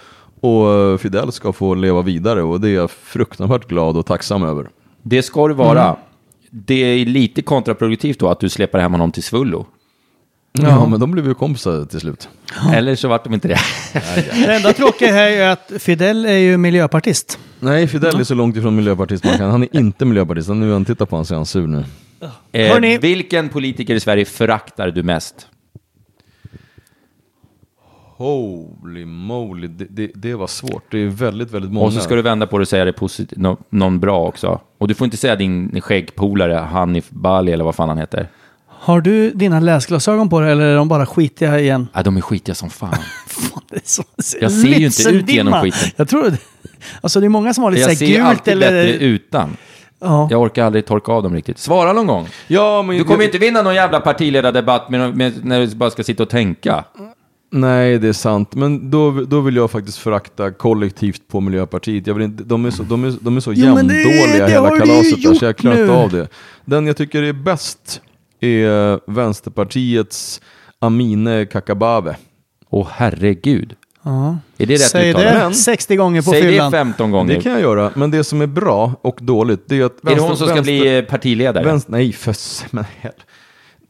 [SPEAKER 3] Och eh, Fidel ska få leva vidare och det är jag fruktansvärt glad och tacksam över.
[SPEAKER 2] Det ska du vara.
[SPEAKER 4] Mm.
[SPEAKER 2] Det är lite kontraproduktivt då att du släpper hem honom till Svullo.
[SPEAKER 3] Ja, men de blev ju kompisar till slut.
[SPEAKER 2] Eller så vart de inte det.
[SPEAKER 4] Det enda tråkiga här är att Fidel är ju miljöpartist.
[SPEAKER 3] Nej, Fidel är så långt ifrån miljöpartist man kan. Han är inte miljöpartist. Nu han tittar på honom så är han sur nu.
[SPEAKER 4] Hörni.
[SPEAKER 2] Eh, vilken politiker i Sverige föraktar du mest?
[SPEAKER 3] Holy moly, det, det, det var svårt. Det är väldigt, väldigt många.
[SPEAKER 2] Och så ska du vända på det och säga det positivt, nå- någon bra också. Och du får inte säga din skäggpolare Hanif Bali eller vad fan han heter.
[SPEAKER 4] Har du dina läsglasögon på dig eller är de bara skitiga igen?
[SPEAKER 2] Ja, Äh, de är skitiga som fan.
[SPEAKER 4] Fan, det är så,
[SPEAKER 2] Jag ser ju inte ut genom
[SPEAKER 4] Lyxendimma.
[SPEAKER 2] skiten.
[SPEAKER 4] Jag tror det. Alltså det är många som har lite
[SPEAKER 2] Jag
[SPEAKER 4] så
[SPEAKER 2] ser
[SPEAKER 4] här gult
[SPEAKER 2] alltid
[SPEAKER 4] eller...
[SPEAKER 2] bättre utan.
[SPEAKER 4] Ja.
[SPEAKER 2] Jag orkar aldrig torka av dem riktigt. Svara någon gång.
[SPEAKER 3] Ja, men
[SPEAKER 2] Du kommer inte vinna någon jävla partiledardebatt med, med, när du bara ska sitta och tänka.
[SPEAKER 3] Nej, det är sant. Men då, då vill jag faktiskt förakta kollektivt på Miljöpartiet. Jag vill inte, de, är så, de, är, de är så
[SPEAKER 4] Jo, men det-
[SPEAKER 3] jämndåliga
[SPEAKER 4] det
[SPEAKER 3] hela
[SPEAKER 4] har du ju
[SPEAKER 3] kalaset där,
[SPEAKER 4] gjort
[SPEAKER 3] så jag klarar inte
[SPEAKER 4] nu.
[SPEAKER 3] av det. Den jag tycker är bäst är Vänsterpartiets Amine Kakabave.
[SPEAKER 2] Åh herregud. Är det rätt
[SPEAKER 4] Säg
[SPEAKER 2] uttal?
[SPEAKER 4] det
[SPEAKER 3] Men-
[SPEAKER 4] 60 gånger på
[SPEAKER 2] Säg det
[SPEAKER 4] fyllan.
[SPEAKER 2] 15 gånger.
[SPEAKER 3] Det kan jag göra, men det som är bra och dåligt det är att...
[SPEAKER 2] är det hon som ska bli eh, partiledare?
[SPEAKER 3] Vänster, nej, föss. Men hell.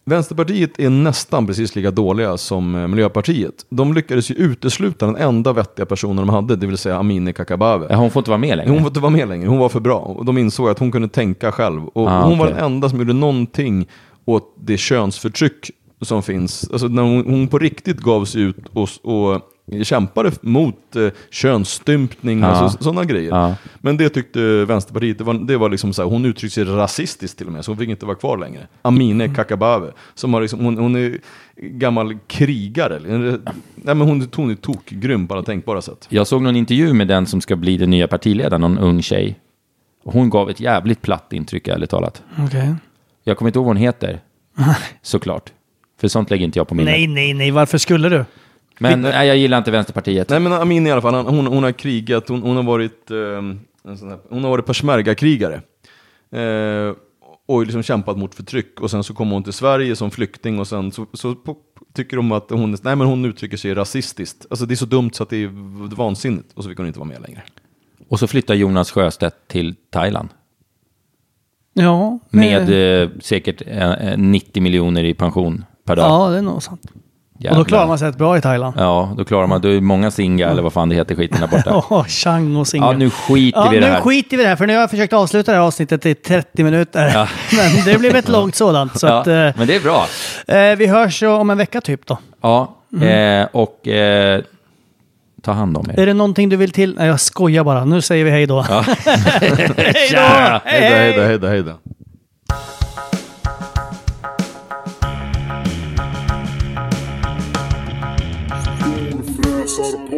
[SPEAKER 3] Vänsterpartiet är nästan precis lika dåliga som eh, Miljöpartiet. De lyckades ju utesluta den enda vettiga personen de hade, det vill säga Amineh Kakabaveh.
[SPEAKER 2] Ja, Hon får inte vara med längre.
[SPEAKER 3] Hon var inte vara med längre, hon var för bra. Och de insåg att hon kunde tänka själv. Och
[SPEAKER 2] Ah,
[SPEAKER 3] hon var
[SPEAKER 2] okej.
[SPEAKER 3] den enda som gjorde någonting åt det könsförtryck som finns. Alltså när hon, hon på riktigt gav sig ut och, och kämpade mot eh, könsstympning
[SPEAKER 2] Ah.
[SPEAKER 3] och så, sådana grejer.
[SPEAKER 2] Ja.
[SPEAKER 3] Men det tyckte Vänsterpartiet, det var, det var liksom så här, hon uttryckte sig rasistiskt till och med, så hon fick inte vara kvar längre.
[SPEAKER 2] Mm.
[SPEAKER 3] Amine Kakabave, som har liksom, hon, hon är gammal krigare. eller- Nej men hon, hon är tokgrym på alla tänkbara sätt.
[SPEAKER 2] Jag såg någon intervju med den som ska bli den nya partiledaren, någon ung tjej. Och Hon gav ett jävligt platt intryck, ärligt talat.
[SPEAKER 4] Okej.
[SPEAKER 2] Jag kommer inte ihåg vad hon heter, såklart. För sånt lägger inte jag på minnet.
[SPEAKER 4] Nej, nej, nej. Varför skulle du?
[SPEAKER 2] Men nej, jag gillar inte Vänsterpartiet.
[SPEAKER 3] Nej men Amin i alla fall, han- hon, hon har krigat, hon, hon har varit, eh, en sån här, hon har varit peshmerga-krigare. Eh, och liksom kämpat mot förtryck och sen så kom hon till Sverige som flykting och sen så, så po- tycker de att hon, nej men hon uttrycker sig rasistiskt. Alltså det är så dumt så att det är v- vansinnigt och så fick hon inte vara med längre.
[SPEAKER 2] Och så flyttar Jonas Sjöstedt till Thailand.
[SPEAKER 4] Ja.
[SPEAKER 2] Med
[SPEAKER 4] nej.
[SPEAKER 2] eh, säkert eh, eh, 90 miljoner i pension per dag.
[SPEAKER 4] Ja, det är nog sant. Och då klarar man sig rätt bra i Thailand.
[SPEAKER 2] Ja, då klarar man. Då är många singa eller vad fan det heter skiten där borta.
[SPEAKER 4] Ja, Chang och Singer.
[SPEAKER 2] Ja, nu skiter
[SPEAKER 4] Ja,
[SPEAKER 2] vi i det här.
[SPEAKER 4] nu skiter vi i det här, för nu har jag försökt avsluta det här avsnittet i 30 minuter. Men det blev ett långt sådant. Så
[SPEAKER 2] ja,
[SPEAKER 4] att, eh,
[SPEAKER 2] men det är bra.
[SPEAKER 4] eh, vi hörs om en vecka typ då.
[SPEAKER 2] Ja, eh, och eh, ta hand om er.
[SPEAKER 4] Är det någonting du vill till? Nej, jag skojar bara. Nu säger vi hej då. hej då! Hej,
[SPEAKER 3] Hejda,
[SPEAKER 4] hej!
[SPEAKER 3] hejda, hejda, hejda.